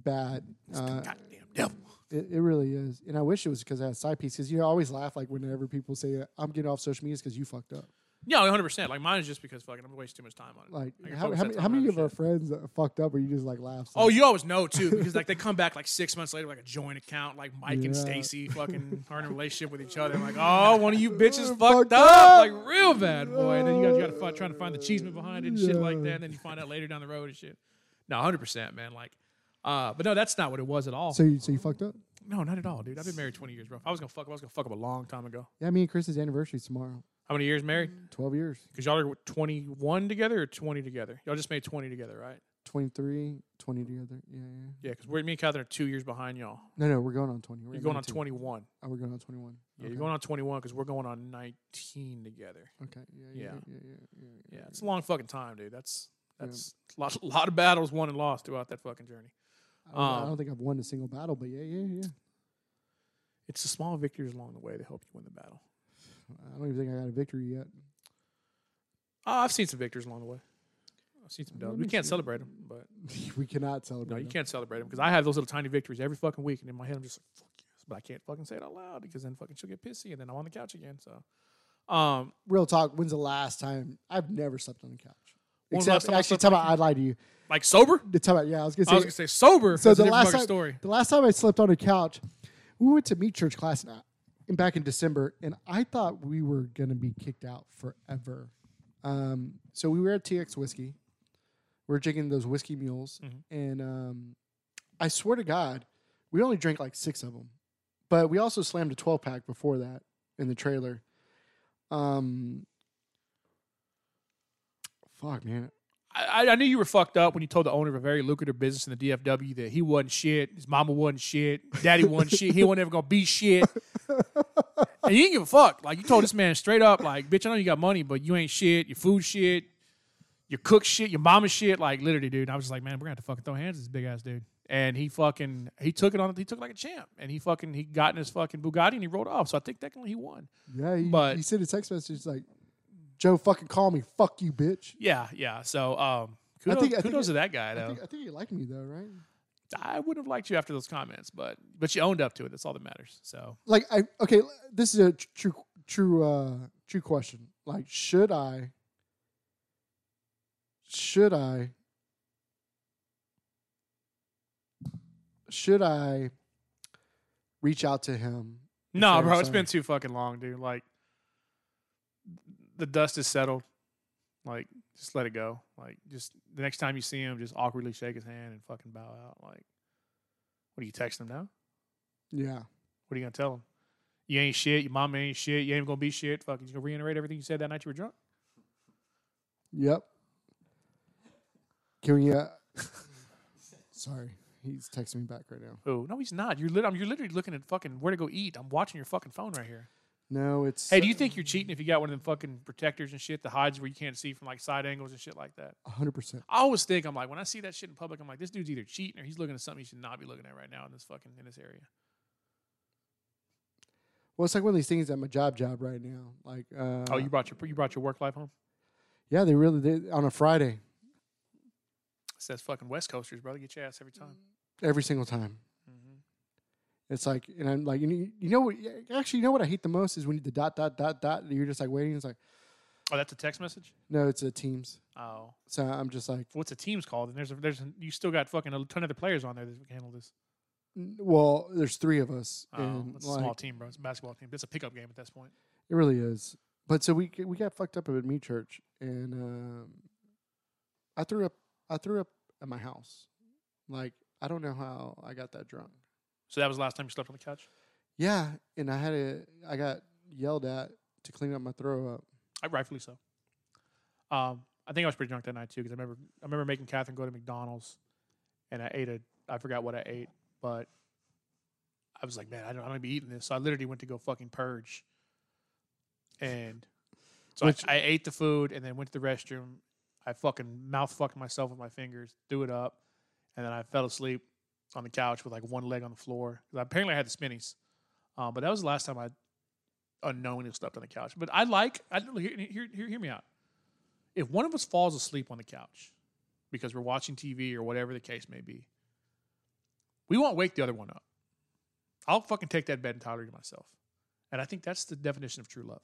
S3: bad. Uh,
S2: goddamn devil.
S3: It, it really is, and I wish it was because I had side piece. Because you always laugh like whenever people say I'm getting off social media because you fucked up.
S2: Yeah, 100. percent Like mine is just because fucking I'm wasting too much time on it.
S3: Like
S2: I can
S3: how,
S2: focus
S3: how,
S2: that
S3: many,
S2: time
S3: how
S2: on
S3: many
S2: other
S3: of our
S2: shit.
S3: friends that fucked up where you just like laugh?
S2: Oh, you always know too because like they come back like six months later, like a joint account, like Mike and
S3: Yeah.
S2: Stacy
S3: [LAUGHS]
S2: fucking are in a relationship with each other. like, oh, one of you bitches fucked,
S3: Fucked
S2: up.
S3: up.
S2: like real bad boy. And then you guys got to find, trying to find the cheeseman behind it and shit like
S3: Yeah.
S2: that. And then you find out later down the road and shit. No, 100 percent, man. Like, uh, but no, that's not what it was at all.
S3: so you so you fucked up?
S2: no, not at all, dude. I've been married 20 years, bro. If I was gonna fuck up. I was gonna fuck up a long time ago.
S3: Yeah, me and Chris's anniversary is tomorrow.
S2: How many years
S3: Mm.
S2: married?
S3: Twelve years.
S2: Because y'all are 21 together or 20 together. Y'all just made 20 together, right?
S3: 23, 20 together. Yeah, yeah.
S2: Yeah, because we're me and Catherine are two years behind y'all.
S3: No, no, we're going on 20. We're
S2: You're going on
S3: 19.
S2: 21.
S3: Oh, we're going on 21.
S2: Yeah, you're going on 21 because we're going on 19 together.
S3: Okay. Yeah. Yeah.
S2: Yeah.
S3: Yeah. Yeah. yeah,
S2: Yeah, it's a long fucking time, dude. That's
S3: Yeah.
S2: that's a lot, lot of battles won and lost throughout that fucking journey.
S3: I, don't, I
S2: um,
S3: don't think I've won a single battle, but yeah, yeah, yeah.
S2: It's the small victories along the way that help you win the battle.
S3: I don't even think I got a victory yet. [LAUGHS]
S2: Uh, I've seen some victors along the way. I've seen some
S3: Let
S2: dubs.
S3: me
S2: We can't
S3: see.
S2: celebrate them,
S3: [LAUGHS]
S2: but
S3: we cannot celebrate.
S2: no, you
S3: them.
S2: can't celebrate them because I have those little tiny victories every fucking week, and in my head I'm just like, "Fuck yes," but I can't fucking say it out loud because then fucking she'll get pissy, and then I'm on the couch again. So, um,
S3: Real talk. When's the last time I've never slept on the couch?
S2: When's the last
S3: Except
S2: time I
S3: actually,
S2: slept
S3: tell
S2: on
S3: about I lied to you.
S2: like sober.
S3: The time I- yeah, I was gonna say
S2: I was gonna say sober. So the last
S3: time,
S2: story.
S3: the last time I slept on a couch, we went to meet church class and I- and back in December, and I thought we were gonna be kicked out forever. Um, so we were at TX Whiskey. We are drinking those whiskey mules,
S2: Mhm.
S3: and um, I swear to God, we only drank like six of them, but we also slammed a twelve pack before that in the trailer. Um, fuck, man.
S2: I, I- I knew you were fucked up when you told the owner of a very lucrative business in the DFW that he wasn't shit, his mama wasn't shit, daddy wasn't shit, he wasn't ever gonna be
S3: [LAUGHS]
S2: shit. and you didn't give a fuck. Like you told this man straight up, like, bitch, I know you got money, but you ain't shit, your food shit, your cook shit, your mama shit. Like literally, dude. I was just like, man, we're gonna have to fucking throw hands at this big ass dude. And he fucking he took it on he took it like a champ. And he fucking he got in his fucking Bugatti and he rolled off. So I think technically he won.
S3: Yeah, he,
S2: But-
S3: he sent a text message like, "Joe, fucking call me. Fuck you, bitch."
S2: Yeah, yeah. So um kudos,
S3: think- I think
S2: kudos
S3: it-
S2: to that guy though.
S3: I think, I think he liked me though, right?
S2: I wouldn't have liked you after those comments, but but you owned up to it. That's all that matters. So
S3: Like, I okay. l- This is a tr- true, true, uh, true question. Like, should I? Should I? Should I reach out to him?
S2: no,
S3: Okay,
S2: bro, it's
S3: sorry.
S2: been too fucking long, dude. Like the dust is settled. Like just let it go. Like just the next time you see him, just awkwardly shake his hand and fucking bow out. Like what are you texting him now?
S3: Yeah,
S2: What are you gonna tell him? You ain't shit. Your mama ain't shit. You ain't gonna be shit. Fucking you gonna reiterate everything you said that night you were drunk.
S3: Yep. Can we? Uh, [LAUGHS] sorry, he's texting me back right now.
S2: Oh no, he's not. You're lit- I'm, you're literally looking at fucking where to go eat. I'm watching your fucking phone right here.
S3: No, it's.
S2: Hey, do you think you're cheating if you got one of them fucking protectors and shit, the hides where you can't see from like side angles and shit like that?
S3: hundred percent?
S2: I always think I'm like when I see that shit in public, I'm like, this dude's either cheating or he's looking at something he should not be looking at right now in this fucking in this area.
S3: Well, it's like one of these things at my job job right now. Like, uh,
S2: oh, you brought your you brought your work life home.
S3: yeah, they really did on a Friday
S2: It says fucking West Coasters, brother. Get your ass every time.
S3: every single time.
S2: hmm
S3: It's like, and I'm like, you know, you know what? yeah, Actually, you know what I hate the most is when the dot dot dot dot. You're just like waiting. It's like,
S2: Oh, that's a text message.
S3: no, it's a Teams.
S2: Oh,
S3: So I'm just like,
S2: what's a team's called? And there's a, there's a- you still got fucking a ton of other players on there that can handle this.
S3: n- well, there's three of us,
S2: Oh,
S3: and
S2: it's a
S3: like,
S2: small team, bro. It's a basketball team. It's a pickup game at this point.
S3: It really is. But so we g- we got fucked up at me church, and um, I threw up. I threw up at my house. Like I don't know how I got that drunk.
S2: So that was the last time you slept on the couch.
S3: Yeah, and I had a. I got yelled at to clean up my throw up.
S2: I, rightfully so. Um, I think I was pretty drunk that night too because I remember I remember making Catherine go to McDonald's, and I ate a I forgot what I ate, but I was like, man, I don't, I don't be eating this. So I literally went to go fucking purge, and so
S3: Which-
S2: I, I ate the food and then went to the restroom. I fucking mouth fucked myself with my fingers, threw it up, and then I fell asleep on the couch with like one leg on the floor. 'Cause Apparently, I had the spinnies, uh, but that was the last time I unknowingly slept on the couch. But I like I hear, hear, hear, hear me out. If one of us falls asleep on the couch because we're watching TV or whatever the case may be, we won't wake the other one up. I'll fucking take that bed entirely to myself, and I think that's the definition of true love.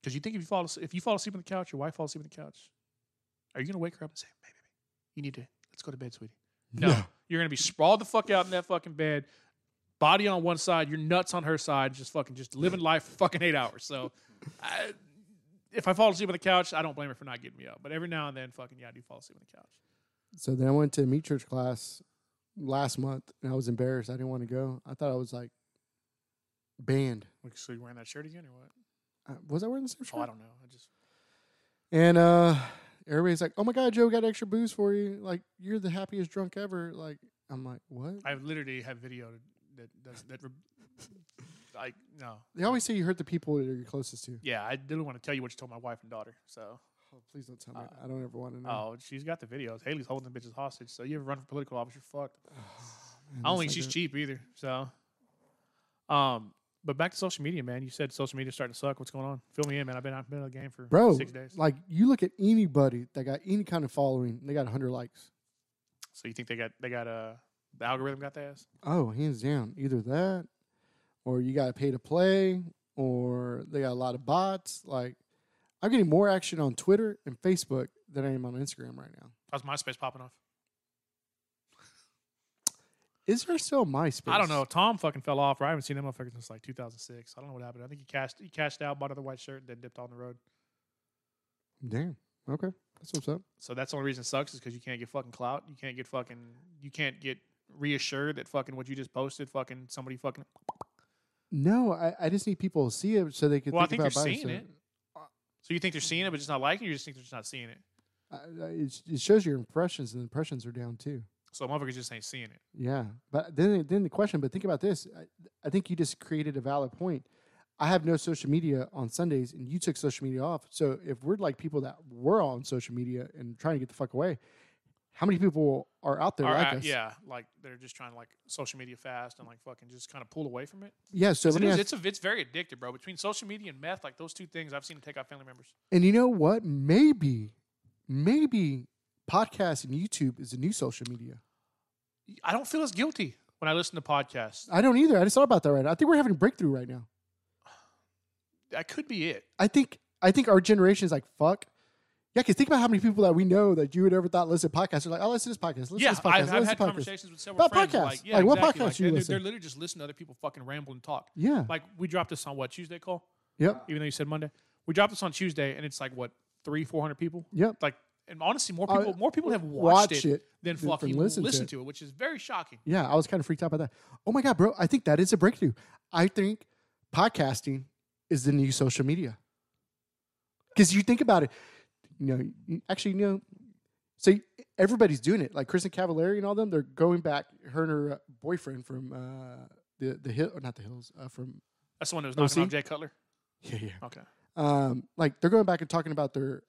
S2: Because you think if you fall as- if you fall asleep on the couch, your wife falls asleep on the couch, are you gonna wake her up and say, "Baby, baby, you need to let's go to bed, sweetie"? No, you're gonna be sprawled the fuck out in that fucking bed, body on one side, your nuts on her side, just fucking just living life for fucking eight hours. So, I, if I fall asleep on the couch, I don't blame her for not getting me up. But every now and then, fucking yeah, I do fall asleep on the couch.
S3: So then I went to meet church class last month, and I was embarrassed. I didn't want to go. I thought I was like banned.
S2: Like, so you wearing that shirt again or what?
S3: Uh, Was I wearing the same shirt?
S2: Oh, I don't know. I just
S3: And uh, everybody's like, "Oh my god, Joe, we got extra booze for you! Like, you're the happiest drunk ever!" Like, I'm like, "What?"
S2: I literally have video that does that. Re- [LAUGHS] like no,
S3: They always say you hurt the people that you're closest to.
S2: yeah, I didn't want to tell you what you told my wife and daughter. So,
S3: Oh, please don't tell me.
S2: Uh,
S3: I don't ever want to know.
S2: oh, she's got the videos. Haley's holding the bitches hostage. So you ever run for political office, you're fucked.
S3: [SIGHS]
S2: I
S3: Man,
S2: don't
S3: that's
S2: think
S3: like
S2: she's
S3: that.
S2: cheap either. So, um, but back to social media, man. You said social media's starting to suck. What's going on? Fill me in, man. I've been I've been out of the game for
S3: Bro,
S2: six days.
S3: Like, you look at anybody that got any kind of following, they got 100 likes.
S2: So you think they got they got uh the algorithm got the ass?
S3: Oh, hands down. Either that, or you got to pay to play, or they got a lot of bots. Like, I'm getting more action on Twitter and Facebook than I am on Instagram right now.
S2: How's MySpace popping off?
S3: Is there still MySpace?
S2: I don't know. Tom fucking fell off. Right? I haven't seen him motherfucker since like 2006. I don't know what happened. I think he cashed he cashed out, bought another white shirt, then dipped on the road.
S3: Damn. Okay. That's what's up.
S2: So that's the only reason it sucks is because you can't get fucking clout. You can't get fucking. You can't get reassured that fucking what you just posted. Fucking somebody fucking.
S3: No, I, I just need people to see it so they can
S2: Well, I
S3: think
S2: think
S3: about
S2: they're
S3: buying
S2: seeing
S3: stuff.
S2: it. So you think they're seeing it, but just not liking. it, or You just think they're just not seeing it.
S3: I, I- it, it shows your impressions, and impressions are down too.
S2: So motherfuckers just ain't seeing it.
S3: Yeah, but then then the question. But think about this. I, I think you just created a valid point. I have no social media on Sundays, and you took social media off. So if we're like people that were on social media and trying to get the fuck away, how many people are out there
S2: Or,
S3: like
S2: uh,
S3: us?
S2: yeah, like they're just trying to like social media fast and like fucking just kind of pull away from it.
S3: Yeah, So
S2: 'Cause
S3: let
S2: It
S3: me
S2: is,
S3: ask,
S2: it's a, it's very addictive, bro. Between social media and meth, like those two things, I've seen them take out family members.
S3: and you know what? Maybe, maybe podcasts and YouTube is the new social media.
S2: I don't feel as guilty when I listen to podcasts.
S3: I don't either. I just thought about that right now. I think we're having a breakthrough right now.
S2: That could be it.
S3: I think I think our generation is like fuck. Yeah, because think about how many people that we know that you would ever thought listen to podcasts. They're like, oh, listen to this podcast. Listen to
S2: yeah,
S3: this podcast.
S2: I've,
S3: listen
S2: I've
S3: to
S2: had
S3: this podcast.
S2: conversations with several
S3: About
S2: friends.
S3: podcasts.
S2: Like, yeah,
S3: Like, what
S2: exactly.
S3: podcasts
S2: like,
S3: you
S2: they're,
S3: listen?
S2: they're literally just listening to other people fucking ramble and talk.
S3: Yeah.
S2: Like we dropped this on what Tuesday, Cole?
S3: yep.
S2: Even though you said Monday, we dropped this on Tuesday, and it's like what three, four hundred people.
S3: Yep.
S2: Like, and honestly, more
S3: Uh,
S2: people, more people have watched
S3: watch
S2: it,
S3: it
S2: than
S3: than
S2: fucking
S3: listen
S2: listened
S3: to
S2: to, it, which is very shocking.
S3: Yeah. I was kind of freaked out by that. Oh my god, bro! I think that is a breakthrough. I think podcasting is the new social media. Because you think about it, you know, you- actually, you know, so everybody's doing it. Like Kristen Cavallari and all them, they're going back. Her and her uh, boyfriend from uh, the the hill, not the hills, uh, from [LAUGHS]
S2: That's the one that was
S3: Oh,
S2: knocking on
S3: see?
S2: Jay Cutler.
S3: yeah, yeah.
S2: Okay. Uh,
S3: um, like they're going back and talking about their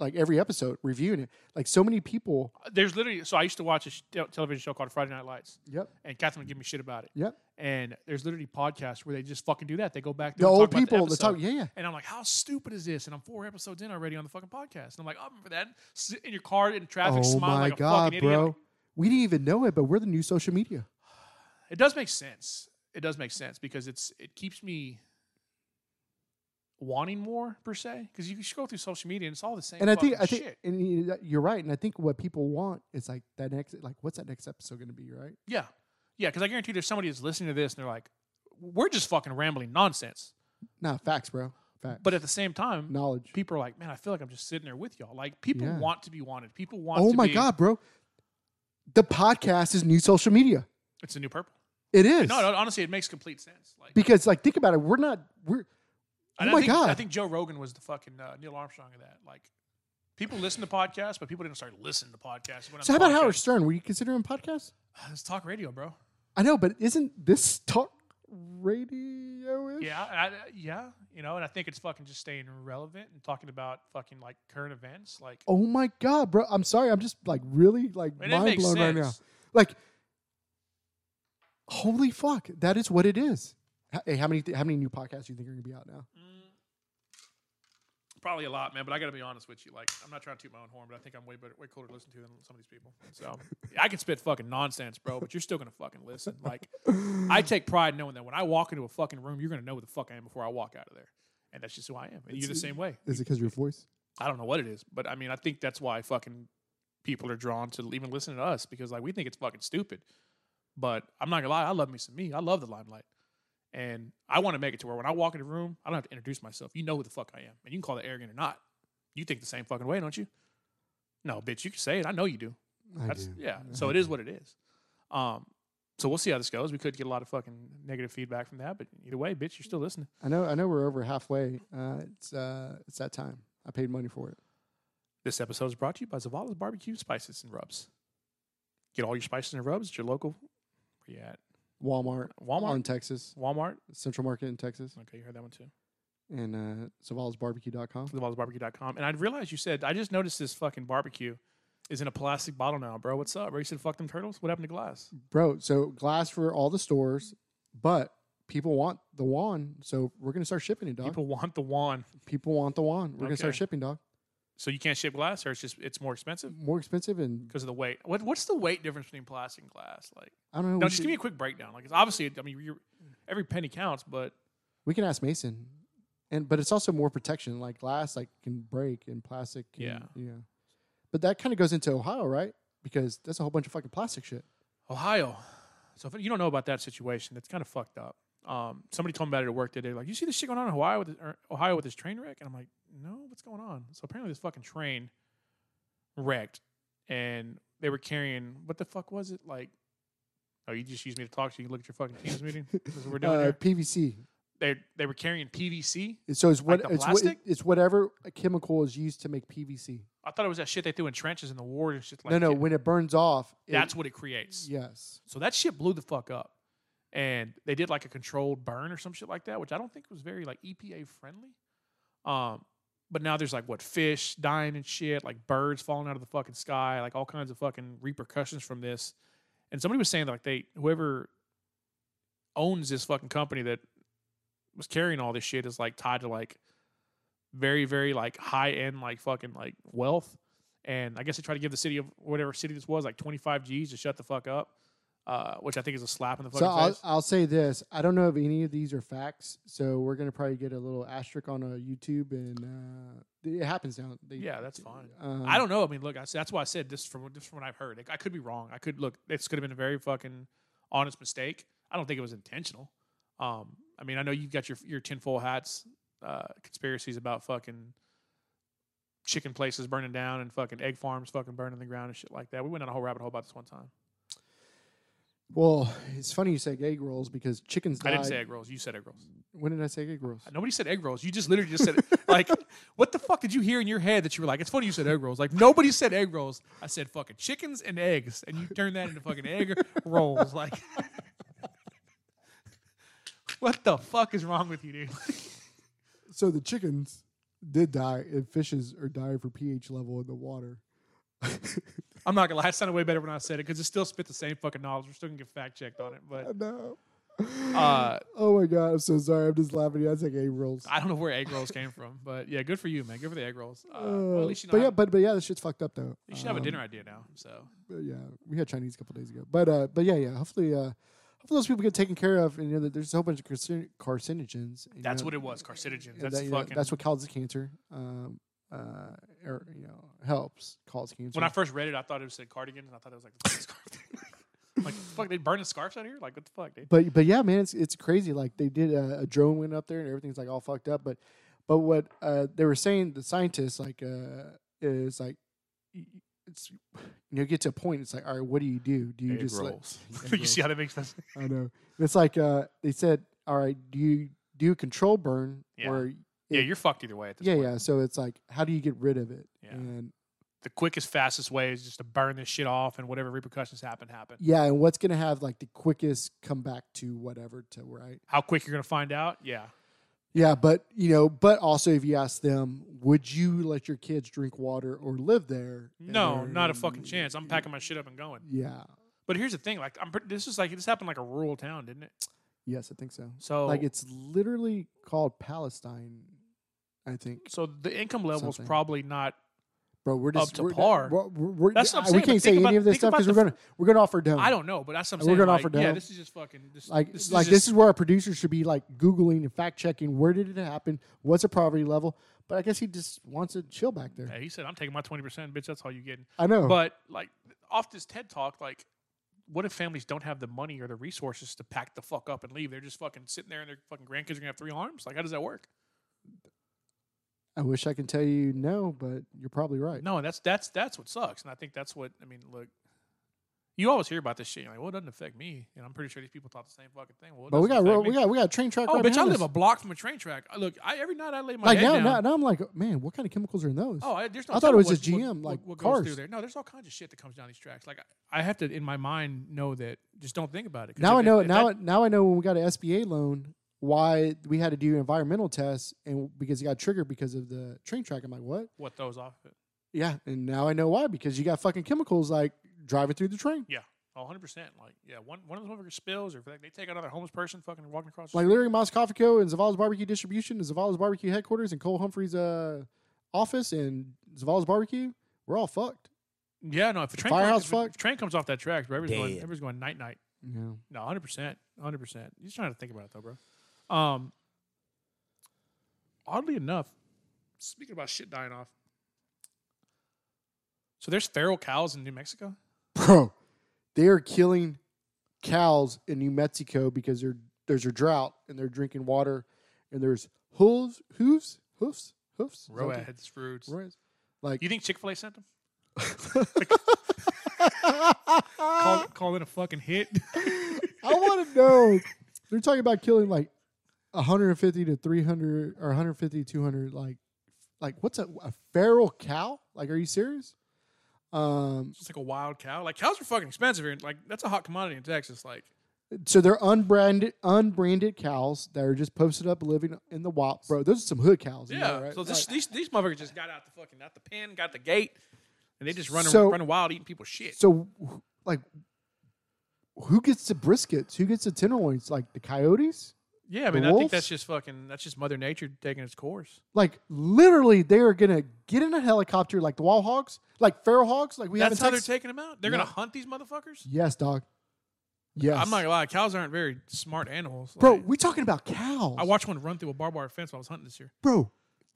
S3: like every episode reviewing it. Like so many people.
S2: There's literally so I used to watch a sh- tel- television show called Friday Night Lights,
S3: Yep.
S2: and Catherine would give me shit about it.
S3: Yep.
S2: And there's literally podcasts where they just fucking do that. They go back
S3: The
S2: through and
S3: old
S2: talk about
S3: people.
S2: the
S3: The talk.
S2: episode.
S3: Yeah, yeah.
S2: And I'm like, how stupid is this? And I'm four episodes in already on the fucking podcast. And I'm like, I remember that. Sit in your car in traffic,
S3: Oh
S2: smiling
S3: my
S2: like a
S3: god,
S2: fucking idiot.
S3: bro. We didn't even know it, but we're the new social media.
S2: It does make sense. It does make sense because it's it keeps me wanting more per se. Because you can scroll through social media and it's all the same.
S3: And I think
S2: fucking
S3: I think
S2: shit.
S3: and you- that- you're right. And I think what people want is like that next like what's that next episode going to be, right?
S2: Yeah. Yeah, because I guarantee there's somebody that's listening to this and they're like, we're just fucking rambling nonsense.
S3: Nah, facts, bro. Facts.
S2: But at the same time,
S3: knowledge.
S2: people are like, man, I feel like I'm just sitting there with y'all. Like, people
S3: Yeah.
S2: want to be wanted. People want
S3: Oh
S2: to
S3: my
S2: be-
S3: god, bro. The podcast is new social media.
S2: It's a new purple.
S3: It is.
S2: No, no, honestly, it makes complete sense. Like,
S3: Because like think about it, we're not we're
S2: and
S3: oh
S2: I
S3: my
S2: think, I
S3: God.
S2: think Joe Rogan was the fucking uh, Neil Armstrong of that. Like, people listen to podcasts, but people didn't start listening to podcasts. when
S3: So how
S2: I'm
S3: about
S2: podcast-
S3: Howard Stern? Were you considering podcasts?
S2: It's talk radio, bro.
S3: I know, but isn't this talk radio ish?
S2: Yeah, and I, yeah, you know, and I think it's fucking just staying relevant and talking about fucking like current events. Like,
S3: Oh my god, bro! I'm sorry. I'm just like really like
S2: And it
S3: mind
S2: makes
S3: blown right now.
S2: sense.
S3: Like, holy fuck, that is what it is. H- Hey, how many th- how many new podcasts do you think are gonna be out now?
S2: Probably a lot, man. But I got to be honest with you. Like, I'm not trying to toot my own horn, but I think I'm way better, way cooler to listen to than some of these people.
S3: [LAUGHS]
S2: So yeah, I can spit fucking nonsense, bro. But you're still gonna fucking listen. Like, I take pride in knowing that when I walk into a fucking room, you're gonna know what the fuck I am before I walk out of there. And that's just who I am. And you're the same way.
S3: Is it because your voice?
S2: I don't know what it is, but I mean, I think that's why fucking people are drawn to even listen to us because like we think it's fucking stupid. But I'm not gonna lie, I love me some me. I love the limelight, and I want to make it to where when I walk in a room, I don't have to introduce myself. You know who the fuck I am, and you can call that arrogant or not. You think the same fucking way, don't you? No, bitch, you can say it. I know you do.
S3: I
S2: That's
S3: do. [LAUGHS]
S2: yeah. So it is what it is. Um, so we'll see how this goes. We could get a lot of fucking negative feedback from that, but either way, bitch, you're still listening.
S3: I know. I know. We're over halfway. Uh, it's uh, it's that time. I paid money for it.
S2: This episode is brought to you by Zavala's Barbecue Spices and Rubs. Get all your spices and rubs at your local. Where you at?
S3: Walmart,
S2: Walmart.
S3: in Texas,
S2: Walmart.
S3: Central Market in Texas,
S2: Okay, you heard that one too.
S3: and uh, SavalasBarbecue.com.
S2: TheWildBarbecue.com. And I realized you said I just noticed this fucking barbecue is in a plastic bottle now, bro. What's up? Bro, you said fuck them turtles. What happened to glass?
S3: Bro, so glass for all the stores, but people want the wand, so we're gonna start shipping it, dog. People,
S2: People want the wand,
S3: want the wand. We're gonna start
S2: Okay.
S3: shipping, dog.
S2: so you can't ship glass, or it's just it's more expensive
S3: More expensive and
S2: because of the weight. What what's the weight difference between plastic and glass? Like,
S3: I don't know.
S2: no,
S3: Oh, we,
S2: just
S3: should-
S2: give me a quick breakdown. Like, it's obviously, I mean, you're, every penny counts, but
S3: we can ask Mason, and but it's also more protection. Like glass, like can break, and plastic. Can,
S2: Yeah.
S3: yeah. But that kind of goes into Ohio, right? Because that's a whole bunch of fucking plastic shit.
S2: Ohio. So if you don't know about that situation, that's kind of fucked up. Um, somebody told me about it at work today. Like, you see this shit going on in Hawaii with or Ohio with this train wreck, and I'm like, no, what's going on? So apparently this fucking train wrecked, and they were carrying what the fuck was it like? Oh, you just used me to talk, so you can look at your fucking teams meeting. That's what we're doing
S3: [LAUGHS] Uh,
S2: here.
S3: PVC.
S2: They they were carrying PVC.
S3: So it's what
S2: Like the
S3: it's what,
S2: plastic?
S3: it's whatever chemical is used to make PVC.
S2: I thought it was that shit they threw in trenches in the war and shit like
S3: no, no.
S2: that.
S3: When it burns off, it-
S2: That's what it creates.
S3: yes.
S2: So that shit blew the fuck up. And they did like a controlled burn or some shit like that, which I don't think was very like EPA friendly. Um, but now there's like what fish dying and shit, like birds falling out of the fucking sky, like all kinds of fucking repercussions from this. And somebody was saying that like they whoever owns this fucking company that was carrying all this shit is like tied to like very, very like high end like fucking like wealth. And I guess they tried to give the city of whatever city this was like 25 G's to shut the fuck up, uh, which I think is a slap in the
S3: So
S2: fucking
S3: I'll,
S2: face.
S3: I'll say this. I don't know if any of these are facts. So we're gonna probably get a little asterisk on uh, YouTube, and uh, it happens now. They,
S2: Yeah, that's fine.
S3: Um,
S2: I don't know. I mean, look, I, s- that's why I said this from just from what I've heard. Like, I could be wrong. I could look. This could have been a very fucking honest mistake. I don't think it was intentional. Um, I mean, I know you've got your your tinfoil hats, uh, conspiracies about fucking chicken places burning down and fucking egg farms fucking burning to the ground and shit like that. We went on a whole rabbit hole about this one time.
S3: Well, it's funny you say egg rolls because chickens. Died.
S2: I didn't say egg rolls. You said egg rolls.
S3: When did I say egg rolls?
S2: Nobody said egg rolls. You just literally just said [LAUGHS] like, what the fuck did you hear in your head that you were like, it's funny you said egg rolls. Like nobody said egg rolls. I said fucking chickens and eggs, and you turned that into fucking egg rolls. Like, [LAUGHS] what the fuck is wrong with you, dude? [LAUGHS]
S3: So the chickens did die, and fishes are dying for pH level in the water.
S2: I'm not gonna lie, it sounded way better when I said it because it still spit the same fucking knowledge. We're still gonna get fact checked on it, but
S3: No.
S2: uh,
S3: Oh my god, I'm so sorry. I'm just laughing. at you. I take egg rolls.
S2: I don't know where egg rolls came from. But yeah, good for you, man. Good for the egg rolls. Uh, well,
S3: Uh,
S2: at least you know.
S3: but yeah,
S2: how-
S3: but but yeah, this shit's fucked up though.
S2: you should have a
S3: Um,
S2: dinner idea now. So
S3: but yeah, we had Chinese a couple days ago. But uh, but yeah, yeah. Hopefully, uh, hopefully those people get taken care of. And you know, that there's a whole bunch of carcin- carcinogens. and, you
S2: that's
S3: know,
S2: what it was. Carcinogens.
S3: and
S2: That's
S3: that, you know,
S2: fucking.
S3: that's what causes cancer. Um, uh, or you know, helps cause cancer.
S2: When I first read it, I thought it said cardigan, and I thought it was like the fucking scarf [LAUGHS] thing. like, fuck, they burning scarves out here? Like, what the fuck, dude?
S3: but but yeah, man, it's it's crazy. Like they did a, a drone went up there and everything's like all fucked up. But but what uh, they were saying, the scientists like uh, is like y- y- it's you know get to a point. It's like all right, what do you do? Do you
S2: Egg
S3: just like
S2: rolls.
S3: [LAUGHS]
S2: [LAUGHS]
S3: Egg
S2: you
S3: rolls.
S2: see how that makes sense?
S3: I know it's like uh, they said, all right, do you do a control burn
S2: Yeah.
S3: or
S2: Yeah,
S3: It-
S2: you're fucked either way at this
S3: yeah
S2: point.
S3: yeah? So it's like how do you get rid of it?
S2: Yeah.
S3: And
S2: The quickest, fastest way is just to burn this shit off, and whatever repercussions happen, happen.
S3: yeah, and what's gonna have like the quickest comeback to whatever to right?
S2: How quick you're going to find out? Yeah.
S3: Yeah, but you know, but also if you ask them, would you let your kids drink water or live there?
S2: No,
S3: And-
S2: not a fucking chance. I'm packing my shit up and going.
S3: Yeah.
S2: But here's the thing: like, I'm pretty, this is like this happened like a rural town, didn't it?
S3: Yes, I think so.
S2: So,
S3: Like it's literally called Palestine. I think,
S2: so the income level is
S3: something.
S2: probably not.
S3: bro. We're just
S2: to
S3: we're,
S2: par.
S3: We're, we're, we're-
S2: That's what I'm
S3: I-
S2: saying,
S3: We
S2: but
S3: can't say
S2: think
S3: any
S2: about-
S3: of this
S2: think
S3: stuff
S2: about
S3: because
S2: the
S3: we're gonna we're gonna offer down.
S2: I don't know, but that's what I'm
S3: Oh. We're
S2: saying.
S3: gonna
S2: like,
S3: offer
S2: yeah,
S3: down.
S2: this is just fucking. This,
S3: like
S2: this
S3: like
S2: is
S3: this
S2: just,
S3: is where our producers should be like googling and fact checking where did it happen, what's the poverty level. But I guess he just wants to chill back there.
S2: Yeah, he said, "I'm taking my twenty percent, bitch. That's all you getting."
S3: I know.
S2: But like off this TED talk, like what if families don't have the money or the resources to pack the fuck up and leave? They're just fucking sitting there and their fucking grandkids are gonna have three arms? Like how does that work?
S3: I wish I could tell you no, but you're probably right.
S2: No, that's that's that's what sucks. And I think that's what I mean, look, You always hear about this shit. You're like, well, it doesn't affect me. And I'm pretty sure these people thought the same fucking thing. Well, it
S3: But we
S2: doesn't
S3: got
S2: affect
S3: ro-
S2: me.
S3: we got we got a train track.
S2: Oh,
S3: right
S2: bitch! I
S3: behind
S2: live
S3: us.
S2: a block from a train track. I- Look, I every night I lay my
S3: like
S2: head
S3: now,
S2: down.
S3: now now I'm like man, what kind of chemicals are in those?
S2: Oh, I, there's no.
S3: I thought it
S2: telling
S3: was
S2: what-
S3: just
S2: what-
S3: GM,
S2: what-
S3: like
S2: what goes through
S3: cars.
S2: there. No, there's all kinds of shit that comes down these tracks. Like I, I have to in my mind know that. Just don't think about it. 'Cause
S3: now
S2: if
S3: I know
S2: if
S3: now
S2: that-
S3: now I know when we got an SBA loan why we had to do environmental tests and because it got triggered because of the train track. I'm like, what?
S2: what throws off it.
S3: Yeah, and now I know why because you got fucking chemicals like driving through the train.
S2: Oh, 100 percent. Like yeah, one one of those motherfuckers spills or if they- they take another homeless person fucking walking across. the
S3: Like
S2: street.
S3: Larry Moss Coffee Co. and Zavala's Barbecue Distribution, and Zavala's Barbecue headquarters, and Cole Humphrey's uh, office, and Zavala's Barbecue. We're all fucked.
S2: yeah, no. If a train
S3: firehouse
S2: comes, if a
S3: fuck?
S2: train comes off that track, bro, everybody's going
S1: Dead.
S2: everybody's going night night.
S3: Yeah.
S2: No, 100 percent, 100 percent. You're just trying to think about it though, bro. Um, oddly enough, speaking about shit dying off. So there's feral cows in New Mexico.
S3: bro, they are killing cows in New Mexico because they're, there's a drought and they're drinking water, and there's hooves, hooves, hoofs, hoofs, Is that what they-
S2: Roadheads, fruits.
S3: roads. Like [LAUGHS]
S2: You think Chick Fil A sent them?
S3: Uh.
S2: Call, call it a fucking hit. [LAUGHS]
S3: I want to know. They're talking about killing like 150 to 300 or 150 200 like like what's a, a feral cow? Like are you serious? Um
S2: It's like a wild cow. Like cows are fucking expensive here. Like that's a hot commodity in Texas. Like
S3: so they're unbranded unbranded cows that are just posted up living in the wild. Bro, those are some hood cows. you know,
S2: yeah.
S3: right?
S2: So this,
S3: Like,
S2: these these motherfuckers just got out the fucking out the pen, got the gate, and they just running
S3: So-
S2: running wild, eating people's shit.
S3: so wh- like who gets the briskets? Who gets the tenderloins? Like the coyotes?
S2: yeah, I
S3: the
S2: mean, I think
S3: wolves?
S2: that's just fucking that's just Mother Nature taking its course.
S3: Like literally they are going to get in a helicopter like the wild hogs, like feral hogs like we
S2: that's
S3: have
S2: how
S3: in
S2: they're
S3: Texas.
S2: taking them out. They're
S3: No.
S2: gonna hunt these motherfuckers.
S3: Yes, dog. Yes.
S2: I'm not gonna lie, cows aren't very smart animals.
S3: Bro,
S2: Like,
S3: we talking about cows.
S2: I watched one run through a barbed wire fence while I was hunting this year.
S3: Bro,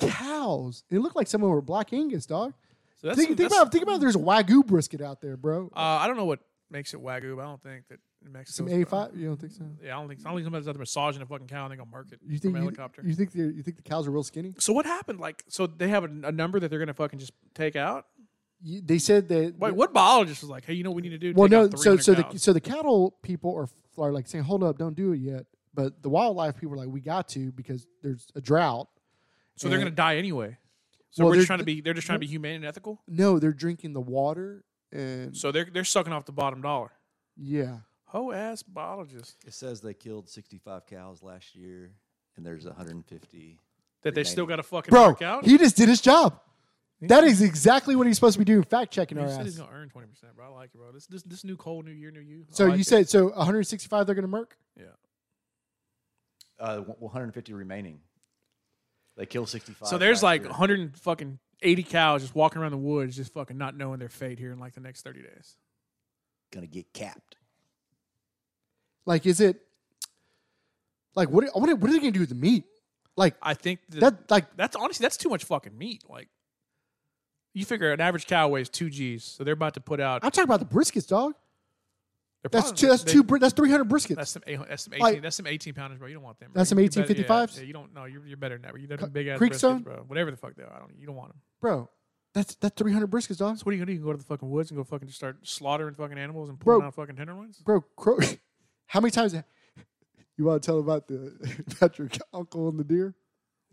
S3: cows. It looked like someone were black Angus, dog.
S2: So that's,
S3: Think,
S2: some-
S3: think
S2: that's-
S3: about think about there's a wagyu brisket out there, bro.
S2: Uh, I don't know what makes it wagyu. But I don't think that in Mexico.
S3: Some A five. You don't think so?
S2: Yeah, I don't think I don't think somebody's out there massaging a fucking cow and they're gonna mark it
S3: You
S2: from
S3: think
S2: a
S3: you,
S2: helicopter.
S3: you think they're- you think the cows are real skinny?
S2: so what happened? Like, so they have a, a number that they're gonna fucking just take out.
S3: You, they said that.
S2: Wait, what biologist was like, hey, you know what we need to do?
S3: Well,
S2: Take out
S3: no. So
S2: 300
S3: so the
S2: cows.
S3: so the cattle people are are like saying, hold up, don't do it yet. But the wildlife people are like, we got to because there's a drought.
S2: so they're
S3: and-
S2: gonna die anyway. So
S3: Well,
S2: we're just
S3: they're-
S2: trying to be they're just trying to be humane and ethical.
S3: No, they're drinking the water and
S2: So they're they're sucking off the bottom dollar.
S3: yeah.
S2: Ho ass biologist
S1: It says they killed 65 cows last year, and there's 150.
S2: that they still got to fucking
S3: Bro,
S2: mark out.
S3: he just did his job.
S2: He
S3: That
S2: said-
S3: is exactly what he's supposed to be doing, fact checking
S2: he
S3: our
S2: said he's
S3: ass.
S2: gonna earn twenty percent, bro. I like it, bro. This this this new cold new year, new you. I
S3: So
S2: like
S3: you
S2: it.
S3: said so 165 they're gonna murk?
S1: Uh, 150 remaining. They killed 65.
S2: So there's
S1: last
S2: like
S1: year.
S2: 100 and fucking 80 cows just walking around the woods, just fucking not knowing their fate here in like the next 30 days.
S1: gonna get capped.
S3: Like is it like what what are, what are they gonna do with the meat? Like
S2: I think that,
S3: that like
S2: that's honestly that's too much fucking meat. Like you figure an average cow weighs two G's, so they're about to put out.
S3: I'm talking about the briskets, dog.
S2: they're
S3: That's
S2: probably-
S3: two that's
S2: Oh, they-
S3: two bri- that's 300 briskets.
S2: That's some, eight- that's some 18.
S3: Like-
S2: that's some 18 pounders, bro. You don't want them. bro.
S3: That's some
S2: You better-
S3: 1855s?
S2: Yeah, yeah, you don't. No, you're, you're better than that. bro. You
S3: Cre-
S2: them big ass
S3: Creek Zone?
S2: briskets, bro. Whatever the fuck they are, I don't. You don't want them.
S3: Bro, that's that's 300 briskets, dog.
S2: So what are you gonna do? You can go to the fucking woods and go fucking just start slaughtering fucking animals and
S3: Bro.
S2: pulling out fucking tenderloins.
S3: Bro, crow, [LAUGHS] how many times you want to tell about the [LAUGHS] about your uncle and the deer?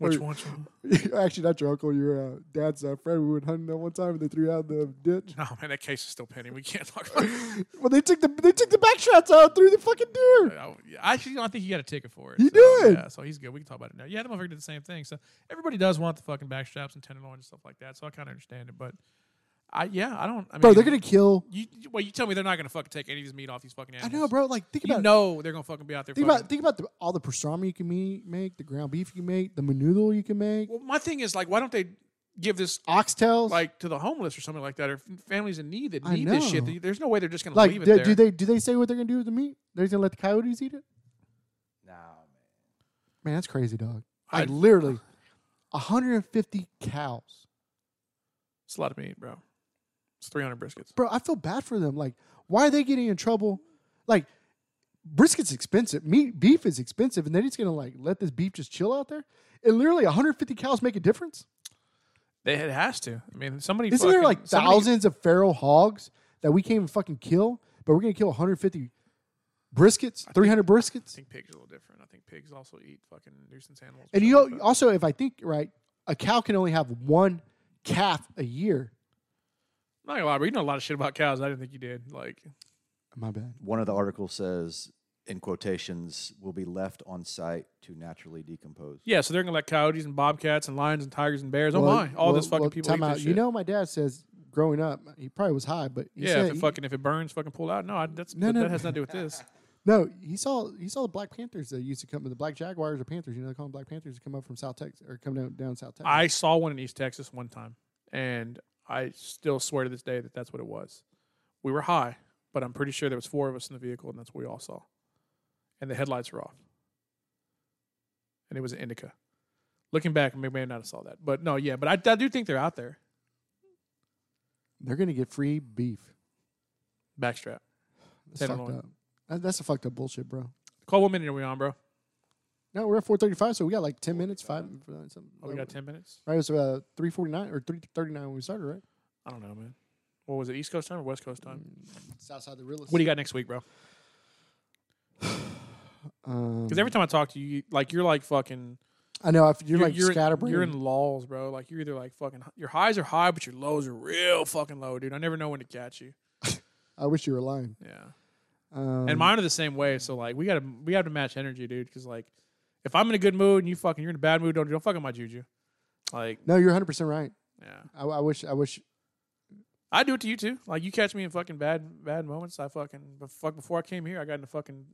S3: [LAUGHS]
S2: Which
S3: Or-
S2: one? [LAUGHS]
S3: Actually, not your uncle, your uh, dad's uh, friend. We went hunting that one time and they threw out in the ditch.
S2: No, man, that case is still pending. We can't talk about.
S3: [LAUGHS]
S2: it.
S3: Well, they took the they took the back shots out through the fucking deer.
S2: I, I actually don't think he got a ticket for it.
S3: He
S2: so,
S3: did.
S2: Yeah, so he's good. We can talk about it now. Yeah, the motherfucker did the same thing. So everybody does want the fucking backstraps and tenderloin and stuff like that. So I kind of understand it. But I, yeah, I don't. I mean,
S3: Bro, they're gonna kill.
S2: You, you- well, you tell me they're not gonna fucking take any of this meat off these fucking
S3: I
S2: animals.
S3: know, bro. Like, think
S2: You
S3: about
S2: know they're gonna fucking be out there.
S3: think
S2: fucking,
S3: about think about the, all the pastrami you can me- make, the ground beef you can make, the menudo you can make,
S2: well, my thing is like, why don't they give this
S3: oxtails.
S2: like to the homeless or something like that, or f- families in need that
S3: I
S2: need this shit?
S3: know.
S2: There's no way they're just gonna
S3: like
S2: leave it
S3: do,
S2: there.
S3: do they do they say what they're gonna do with the meat? They're just gonna let the coyotes eat it?
S1: No, man.
S3: Man, that's crazy, dog.
S2: I-
S3: Like literally, 150 cows,
S2: it's a lot of meat, bro. It's 300 briskets.
S3: bro. I feel bad for them. Like, why are they getting in trouble? Like, brisket's expensive. Meat beef is expensive, and they're just gonna like let this beef just chill out there. And literally, 150 cows make a difference.
S2: They, it has to. I mean, somebody.
S3: Isn't there
S2: fucking-
S3: like
S2: somebody-
S3: thousands of feral hogs that we can't even fucking kill, but But we're gonna kill 150 briskets, 300
S2: I
S3: briskets.
S2: think pigs are a little different. I think pigs also eat fucking nuisance animals.
S3: And you
S2: so,
S3: know,
S2: but-
S3: also if I think right, a cow can only have one calf a year.
S2: I'm not gonna lie, bro. You know a lot of shit about cows. I didn't think you did. Like,
S3: My bad.
S1: One of the articles says, in quotations, will be left on site to naturally decompose.
S2: yeah, so they're gonna let coyotes and bobcats and lions and tigers and bears.
S3: Well,
S2: oh my, all this
S3: well,
S2: fucking
S3: well,
S2: people eat
S3: time
S2: this
S3: out.
S2: shit.
S3: You know, my dad says growing up, he probably was high, but he
S2: yeah,
S3: said
S2: if it
S3: he-
S2: fucking if it burns, fucking pull out. No, I, that's
S3: No,
S2: that,
S3: no.
S2: that has nothing to do with this.
S3: No, he saw he saw the Black Panthers that used to come, the Black Jaguars or Panthers. You know, they call them Black Panthers. Come up from South Texas or come down down South Texas.
S2: I saw one in East Texas one time, and I still swear to this day that that's what it was. We were high, but I'm pretty sure there was four of us in the vehicle, and that's what we all saw. And the headlights were off, and it was an indica. Looking back, we may not have saw that, but no, yeah, but I, I do think they're out there.
S3: They're gonna get free beef.
S2: Backstrap.
S3: That's
S2: Tenderloin.
S3: fucked up. That- That's a fucked up bullshit, bro.
S2: Call what minute are we on, bro?
S3: No, we're at four thirty five, so we got like ten minutes, five. Something.
S2: Oh, we got ten minutes.
S3: Right, it was uh, three forty nine or three thirty nine when we started, right?
S2: I don't know, man. What was it, East Coast time or West Coast time?
S3: It's outside the realist.
S2: What do you got next week, bro?
S3: Um,
S2: Because every time I talk to you, you, like you're like fucking.
S3: I know I f- you're, like
S2: you're,
S3: scatterbrained.
S2: You're in laws, bro. Like you're either like fucking your highs are high, but your lows are real fucking low, dude. I never know when to catch you.
S3: I wish you were lying.
S2: Yeah,
S3: Um,
S2: and mine are the same way. So like we gotta we have to match energy, dude. Because like if I'm in a good mood and you fucking you're in a bad mood, don't don't fucking my juju. Like
S3: No, you're one hundred percent right.
S2: yeah,
S3: I, I wish. I wish.
S2: I do it to you too. Like you catch me in fucking bad bad moments. I fucking but fuck before I came here, I got in a fucking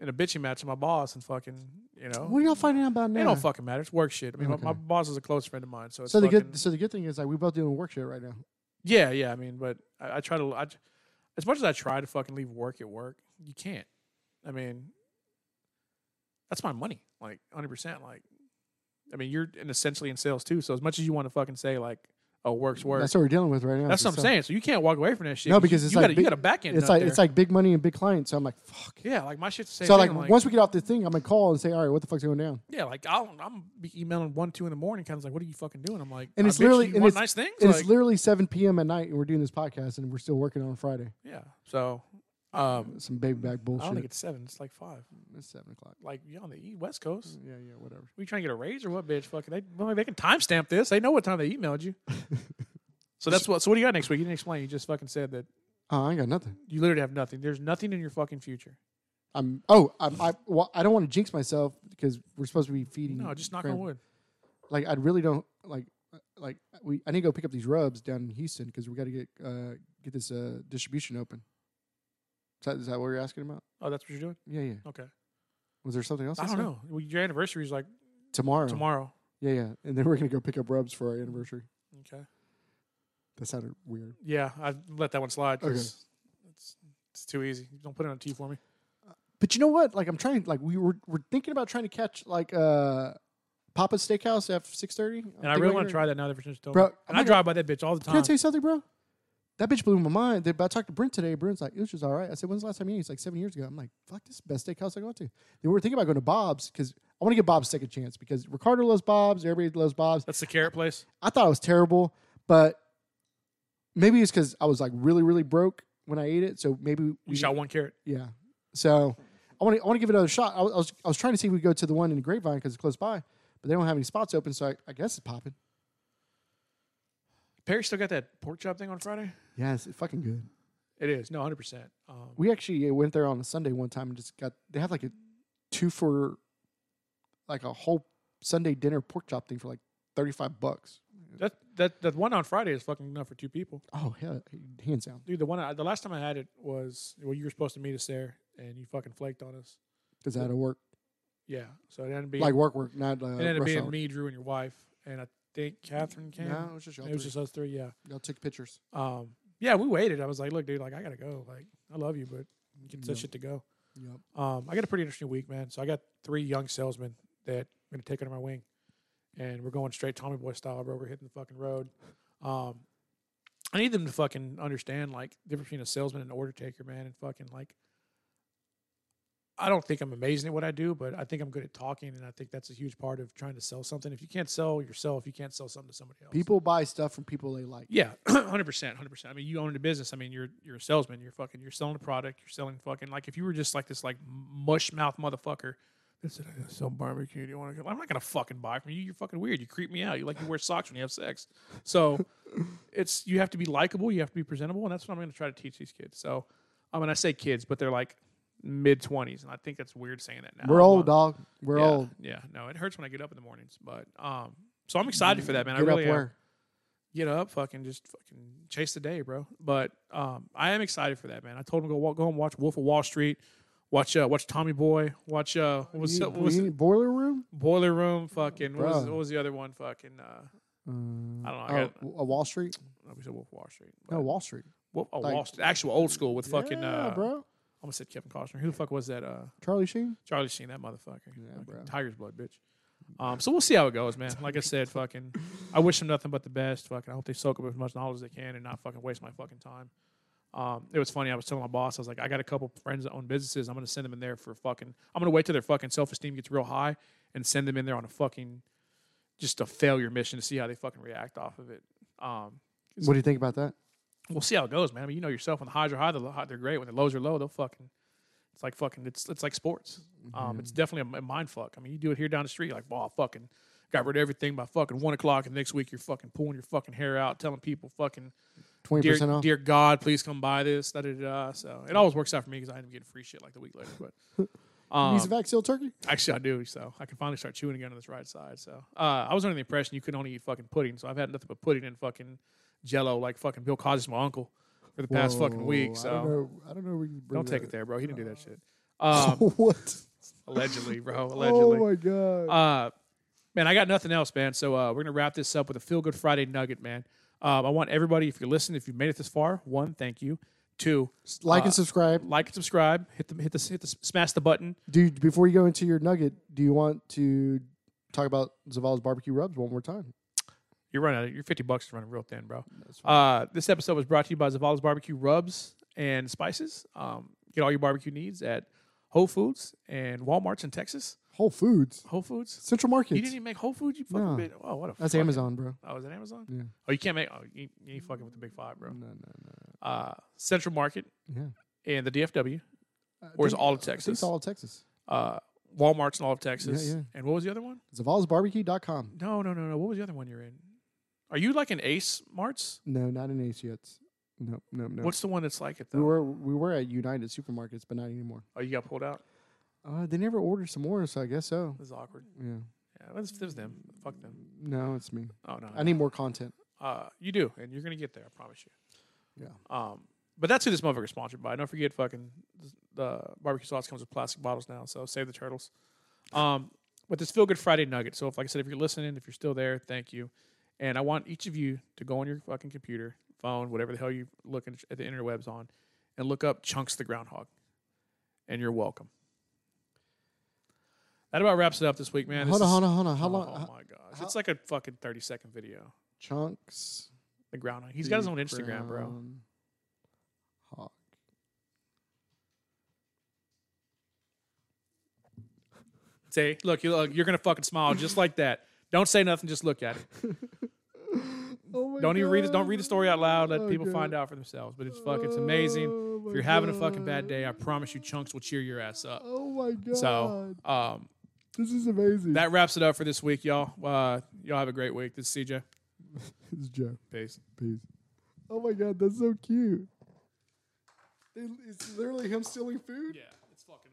S2: in a bitching match with my boss and fucking you know
S3: What are y'all finding out about now?
S2: it don't fucking matter. It's work shit. I mean,
S3: Oh, Okay.
S2: my, my boss is a close friend of mine, so it's
S3: so the
S2: fucking,
S3: good. So the good thing is like we both doing work shit right now.
S2: Yeah, yeah. I mean, but I, I try to. I, as much as I try to fucking leave work at work, you can't. I mean, that's my money, like hundred percent. Like, I mean, you're in essentially in sales too. So as much as you want to fucking say like, oh, works work,
S3: That's
S2: that's,
S3: what we're dealing with right now.
S2: what I'm
S3: So-
S2: saying. So you can't walk away from that shit.
S3: No,
S2: 'cause
S3: because
S2: you,
S3: it's
S2: you
S3: like
S2: got
S3: big-
S2: you got a back end.
S3: It's like it's like big money and big clients. So I'm like, fuck.
S2: yeah, like my shit's the same
S3: So
S2: thing.
S3: like,
S2: I'm like
S3: once we get off this thing, I'm gonna call and say, all right, what the fuck's going down?
S2: yeah, like I'll, I'm be emailing one two in the morning, kind of like, what are you fucking doing? I'm like,
S3: And
S2: I
S3: it's
S2: bet you
S3: literally- and
S2: want
S3: it's-
S2: nice things.
S3: And
S2: Like,
S3: it's literally 7 p.m. at night, and we're doing this podcast, and we're still working on Friday.
S2: yeah. So, um,
S3: Some baby back
S2: I don't
S3: bullshit.
S2: think it's seven. It's like five.
S3: it's seven o'clock.
S2: Like you on the E- West Coast.
S3: Yeah, yeah, whatever.
S2: We trying to get a raise or what, bitch? Fucking they, well, they can timestamp this. They know what time they emailed
S3: [LAUGHS]
S2: you. so that's what. So what do you got next week? You didn't explain. You just fucking said that
S3: Oh, I ain't got nothing.
S2: you literally have nothing. There's nothing in your fucking future.
S3: I'm. Oh, I'm, I. Well, I don't want to jinx myself because we're supposed to be feeding.
S2: No, just knock
S3: Graham.
S2: on wood.
S3: Like, I really don't like. Like, we. I need to go pick up these rubs down in Houston because we got to get uh get this uh distribution open. Is that, is that what you're asking about?
S2: Oh, that's what you're doing.
S3: Yeah, yeah.
S2: Okay.
S3: Was there something else?
S2: I don't
S3: said?
S2: know. Well, your anniversary is like
S3: Tomorrow.
S2: tomorrow.
S3: Yeah, yeah. And then we're gonna go pick up rubs for our anniversary.
S2: Okay.
S3: That sounded weird.
S2: Yeah, I let that one slide. 'cause
S3: Okay.
S2: It's, it's too easy. Don't put it on T for me.
S3: But you know what? Like I'm trying. Like we were we're thinking about trying to catch like uh Papa's Steakhouse at six thirty.
S2: And I really want to try that now that Virginia's told
S3: Bro,
S2: me.
S3: I'm
S2: And I
S3: not-
S2: drive by that bitch all the
S3: Can I
S2: time.
S3: tell you something, bro? That bitch blew my mind. But I talked to Brent today. Brent's like, it was just all right. I said, when's the last time you? ate?" He's like, seven years ago. I'm like, fuck, this is the best steakhouse I go to. Then we were thinking about going to Bob's because I want to give Bob's a second chance because Ricardo loves Bob's. Everybody loves Bob's.
S2: That's the carrot place.
S3: I thought it was terrible, but maybe it's because I was like really really broke when I ate it. So maybe
S2: You shot one carrot.
S3: Yeah. So I want to I want to give it another shot. I was, I was I was trying to see if we could go to the one in Grapevine because it's close by, but they don't have any spots open, so I, I guess it's popping.
S2: Perry still got that pork chop thing on Friday.
S3: Yeah, it's fucking good.
S2: It is no, hundred percent. Um,
S3: We actually uh, went there on a Sunday one time and just got they have like a two for like a whole Sunday dinner pork chop thing for like thirty five bucks.
S2: That that that one on Friday is fucking enough for two people,
S3: Oh hell, hands down
S2: dude. The one I, the last time I had it was well, you were supposed to meet us there, and you fucking flaked on us.
S3: because that'll work
S2: Yeah, so it ended up being
S3: like work work not uh,
S2: it ended up
S3: rush
S2: being
S3: hour.
S2: me, Drew, and your wife, and I think Catherine came.
S3: No, it was just y'all.
S2: it was
S3: three.
S2: just us three. Yeah,
S3: y'all took pictures.
S2: um, yeah. We waited. I was like, look, dude, like I gotta go. Like I love you, but get
S3: Yeah.
S2: that shit to go.
S3: Yep.
S2: Um, I got a pretty interesting week, man. So I got three young salesmen that I'm gonna take under my wing, and we're going straight Tommy Boy style, bro. We're hitting the fucking road. Um, I need them to fucking understand like the difference between a salesman and an order taker, man, and fucking like I don't think I'm amazing at what I do, but I think I'm good at talking, and I think that's a huge part of trying to sell something. If you can't sell yourself, you can't sell something to somebody else.
S3: People buy stuff from people they like.
S2: Yeah, [CLEARS THROAT] hundred percent, hundred percent. I mean, you own a business. I mean, you're you're a salesman. You're fucking. You're selling a product. You're selling fucking. Like if you were just like this like mush mouth motherfucker. This is so barbecue. Do you want to? Go? I'm not gonna fucking buy from you. You're fucking weird. You creep me out. You like you wear socks when you have sex. So [LAUGHS] it's you have to be likable. You have to be presentable, and that's what I'm gonna try to teach these kids. So I mean, I say kids, but they're like mid 20s, and I think that's weird saying that now.
S3: We're old,
S2: But-
S3: dog. We're
S2: yeah,
S3: old.
S2: Yeah. No, it hurts when I get up in the mornings, but um, so I'm excited for that, man.
S3: Get
S2: I really
S3: up
S2: am
S3: where?
S2: get up, fucking just fucking chase the day, bro. But um, I am excited for that, man. I told him go walk, go and watch Wolf of Wall Street, watch uh, watch Tommy Boy, watch uh, what was,
S3: You-
S2: what was
S3: you
S2: it?
S3: need boiler room?
S2: Boiler Room, fucking what was,
S3: Bruh.
S2: what was the other one, fucking uh,
S3: Um,
S2: I don't know, I
S3: oh,
S2: got-
S3: w- uh, Wall Street?
S2: we said Wolf of Wall Street,
S3: No,
S2: but-
S3: Wall Street.
S2: Wolf, oh,
S3: like-
S2: Wall Street, actual old school with fucking
S3: yeah,
S2: uh, I
S3: bro.
S2: almost said Kevin Costner. Who the fuck was that? Uh,
S3: Charlie Sheen.
S2: Charlie Sheen, that motherfucker.
S3: Yeah,
S2: Fucking
S3: bro.
S2: Tiger's blood, bitch. Um, so we'll see how it goes, man. Like I said, fucking, I wish them nothing but the best. Fucking, I hope they soak up as much knowledge as they can and not fucking waste my fucking time. Um, it was funny. I was telling my boss, I was like, I got a couple friends that own businesses. I'm gonna send them in there for fucking. I'm gonna wait till their fucking self esteem gets real high and send them in there on a fucking, just a failure mission to see how they fucking react off of it. Um,
S3: What do you think about that?
S2: we'll see how it goes, man. I mean, you know yourself when the highs are high, the lo- high- they're great. When the lows are low, they'll fucking. It's like fucking. It's it's like sports. Um,
S3: Mm-hmm.
S2: it's definitely a m- mind fuck. I mean, you do it here down the street, like, wow, fucking got rid of everything by fucking one o'clock, and next week you're fucking pulling your fucking hair out, telling people fucking,
S3: Twenty
S2: dear,
S3: percent off.
S2: dear God, please come buy this. Da da da. So it always works out for me because I end up getting free shit like the week later.
S3: [LAUGHS]
S2: But um,
S3: Use a vac seal turkey.
S2: Actually, I do. So I can finally start chewing again on this right side. So uh, I was under the impression you could only eat fucking pudding. So I've had nothing but pudding and fucking Jello, like fucking Bill Cosby's my uncle, for the past fucking week.
S3: Whoa,
S2: So
S3: I don't
S2: don't,
S3: know. I don't know where you bring
S2: take it
S3: [LAUGHS] that
S2: there, bro. He didn't do that shit.
S3: up. [LAUGHS]
S2: Um,
S3: what?
S2: allegedly, bro.
S3: Oh
S2: Allegedly.
S3: my god.
S2: Uh, man, I got nothing else, man. So uh, we're gonna wrap this up with a feel good Friday nugget, man. Um, I want everybody, if you're listening, if you've made it this far, one, thank you. Two,
S3: like
S2: uh,
S3: and subscribe,
S2: like and subscribe. Hit the hit the hit the smash the button.
S3: dude. Before you go into your nugget, do you want to talk about Zaval's barbecue rubs one more time?
S2: You're running. out of- Your fifty bucks is running real thin, bro. Uh, this episode was brought to you by Zavala's Barbecue Rubs and Spices. Um, get all your barbecue needs at Whole Foods and Walmart's in Texas.
S3: Whole Foods,
S2: Whole Foods.
S3: Central
S2: You
S3: Markets.
S2: didn't even make Whole Foods. You fucking
S3: No.
S2: bit. Oh, what a.
S3: That's
S2: fucking-
S3: Amazon, bro.
S2: Oh, is it Amazon?
S3: Yeah. Mm.
S2: Oh, you can't make. Oh, you, you ain't fucking with the big five, bro.
S3: No, no, no.
S2: Uh, Central Market
S3: Yeah.
S2: and the DFW,
S3: I
S2: or is it
S3: think-
S2: all of
S3: I think
S2: Texas?
S3: It's all of Texas.
S2: uh, Walmart's in all of Texas.
S3: yeah.
S2: And what was the other one?
S3: Zavalsbarbecue.com.
S2: No, no, no, no. What was the other one you're in? Are you like an Ace Marts?
S3: No, not in Ace yet. No, no, no.
S2: What's the one that's like it
S3: we
S2: though?
S3: were we were at United Supermarkets, but not anymore.
S2: oh, you got pulled out.
S3: Uh, they never ordered some more, so I guess so.
S2: This is awkward.
S3: Yeah.
S2: Yeah, that's, that's them. Fuck them.
S3: No, it's me.
S2: Oh no.
S3: I need more content.
S2: Uh, you do, and you're gonna get there. I promise you.
S3: Yeah.
S2: Um, but that's who this motherfucker is sponsored by. Don't forget, fucking the barbecue sauce comes with plastic bottles now, so save the turtles. Um, but this feel good Friday nugget. So if, like I said, if you're listening, if you're still there, thank you. And I want each of you to go on your fucking computer, phone, whatever the hell you're looking at the interwebs on, and look up Chunks the Groundhog. And you're welcome. That about wraps it up this week, man.
S3: hold
S2: This
S3: on,
S2: is-
S3: hold on, hold on. How long?
S2: Oh
S3: how-
S2: my gosh,
S3: how-
S2: it's like a fucking thirty second video.
S3: chunks.
S2: The groundhog. He's got his
S3: the
S2: own Instagram, bro.
S3: ground Hog.
S2: Say, look, you look, you're gonna fucking smile just like that. Don't say nothing. Just look at it.
S3: Oh my
S2: Don't even read it. Don't read the
S3: God.
S2: story out loud. Let
S3: Oh,
S2: people
S3: God.
S2: find out for themselves. But it's fucking. It's amazing.
S3: Oh my
S2: If you're having a fucking bad
S3: God.
S2: day, I promise you, chunks will cheer your ass up.
S3: Oh my god.
S2: So, um,
S3: this is amazing. [LAUGHS]
S2: that wraps it up for this week, y'all. Uh, y'all have a great week. This is CJ.
S3: is Joe.
S2: Peace.
S3: Peace. Oh my god, that's so cute. They- It's literally him stealing food.
S2: Yeah, it's fucking.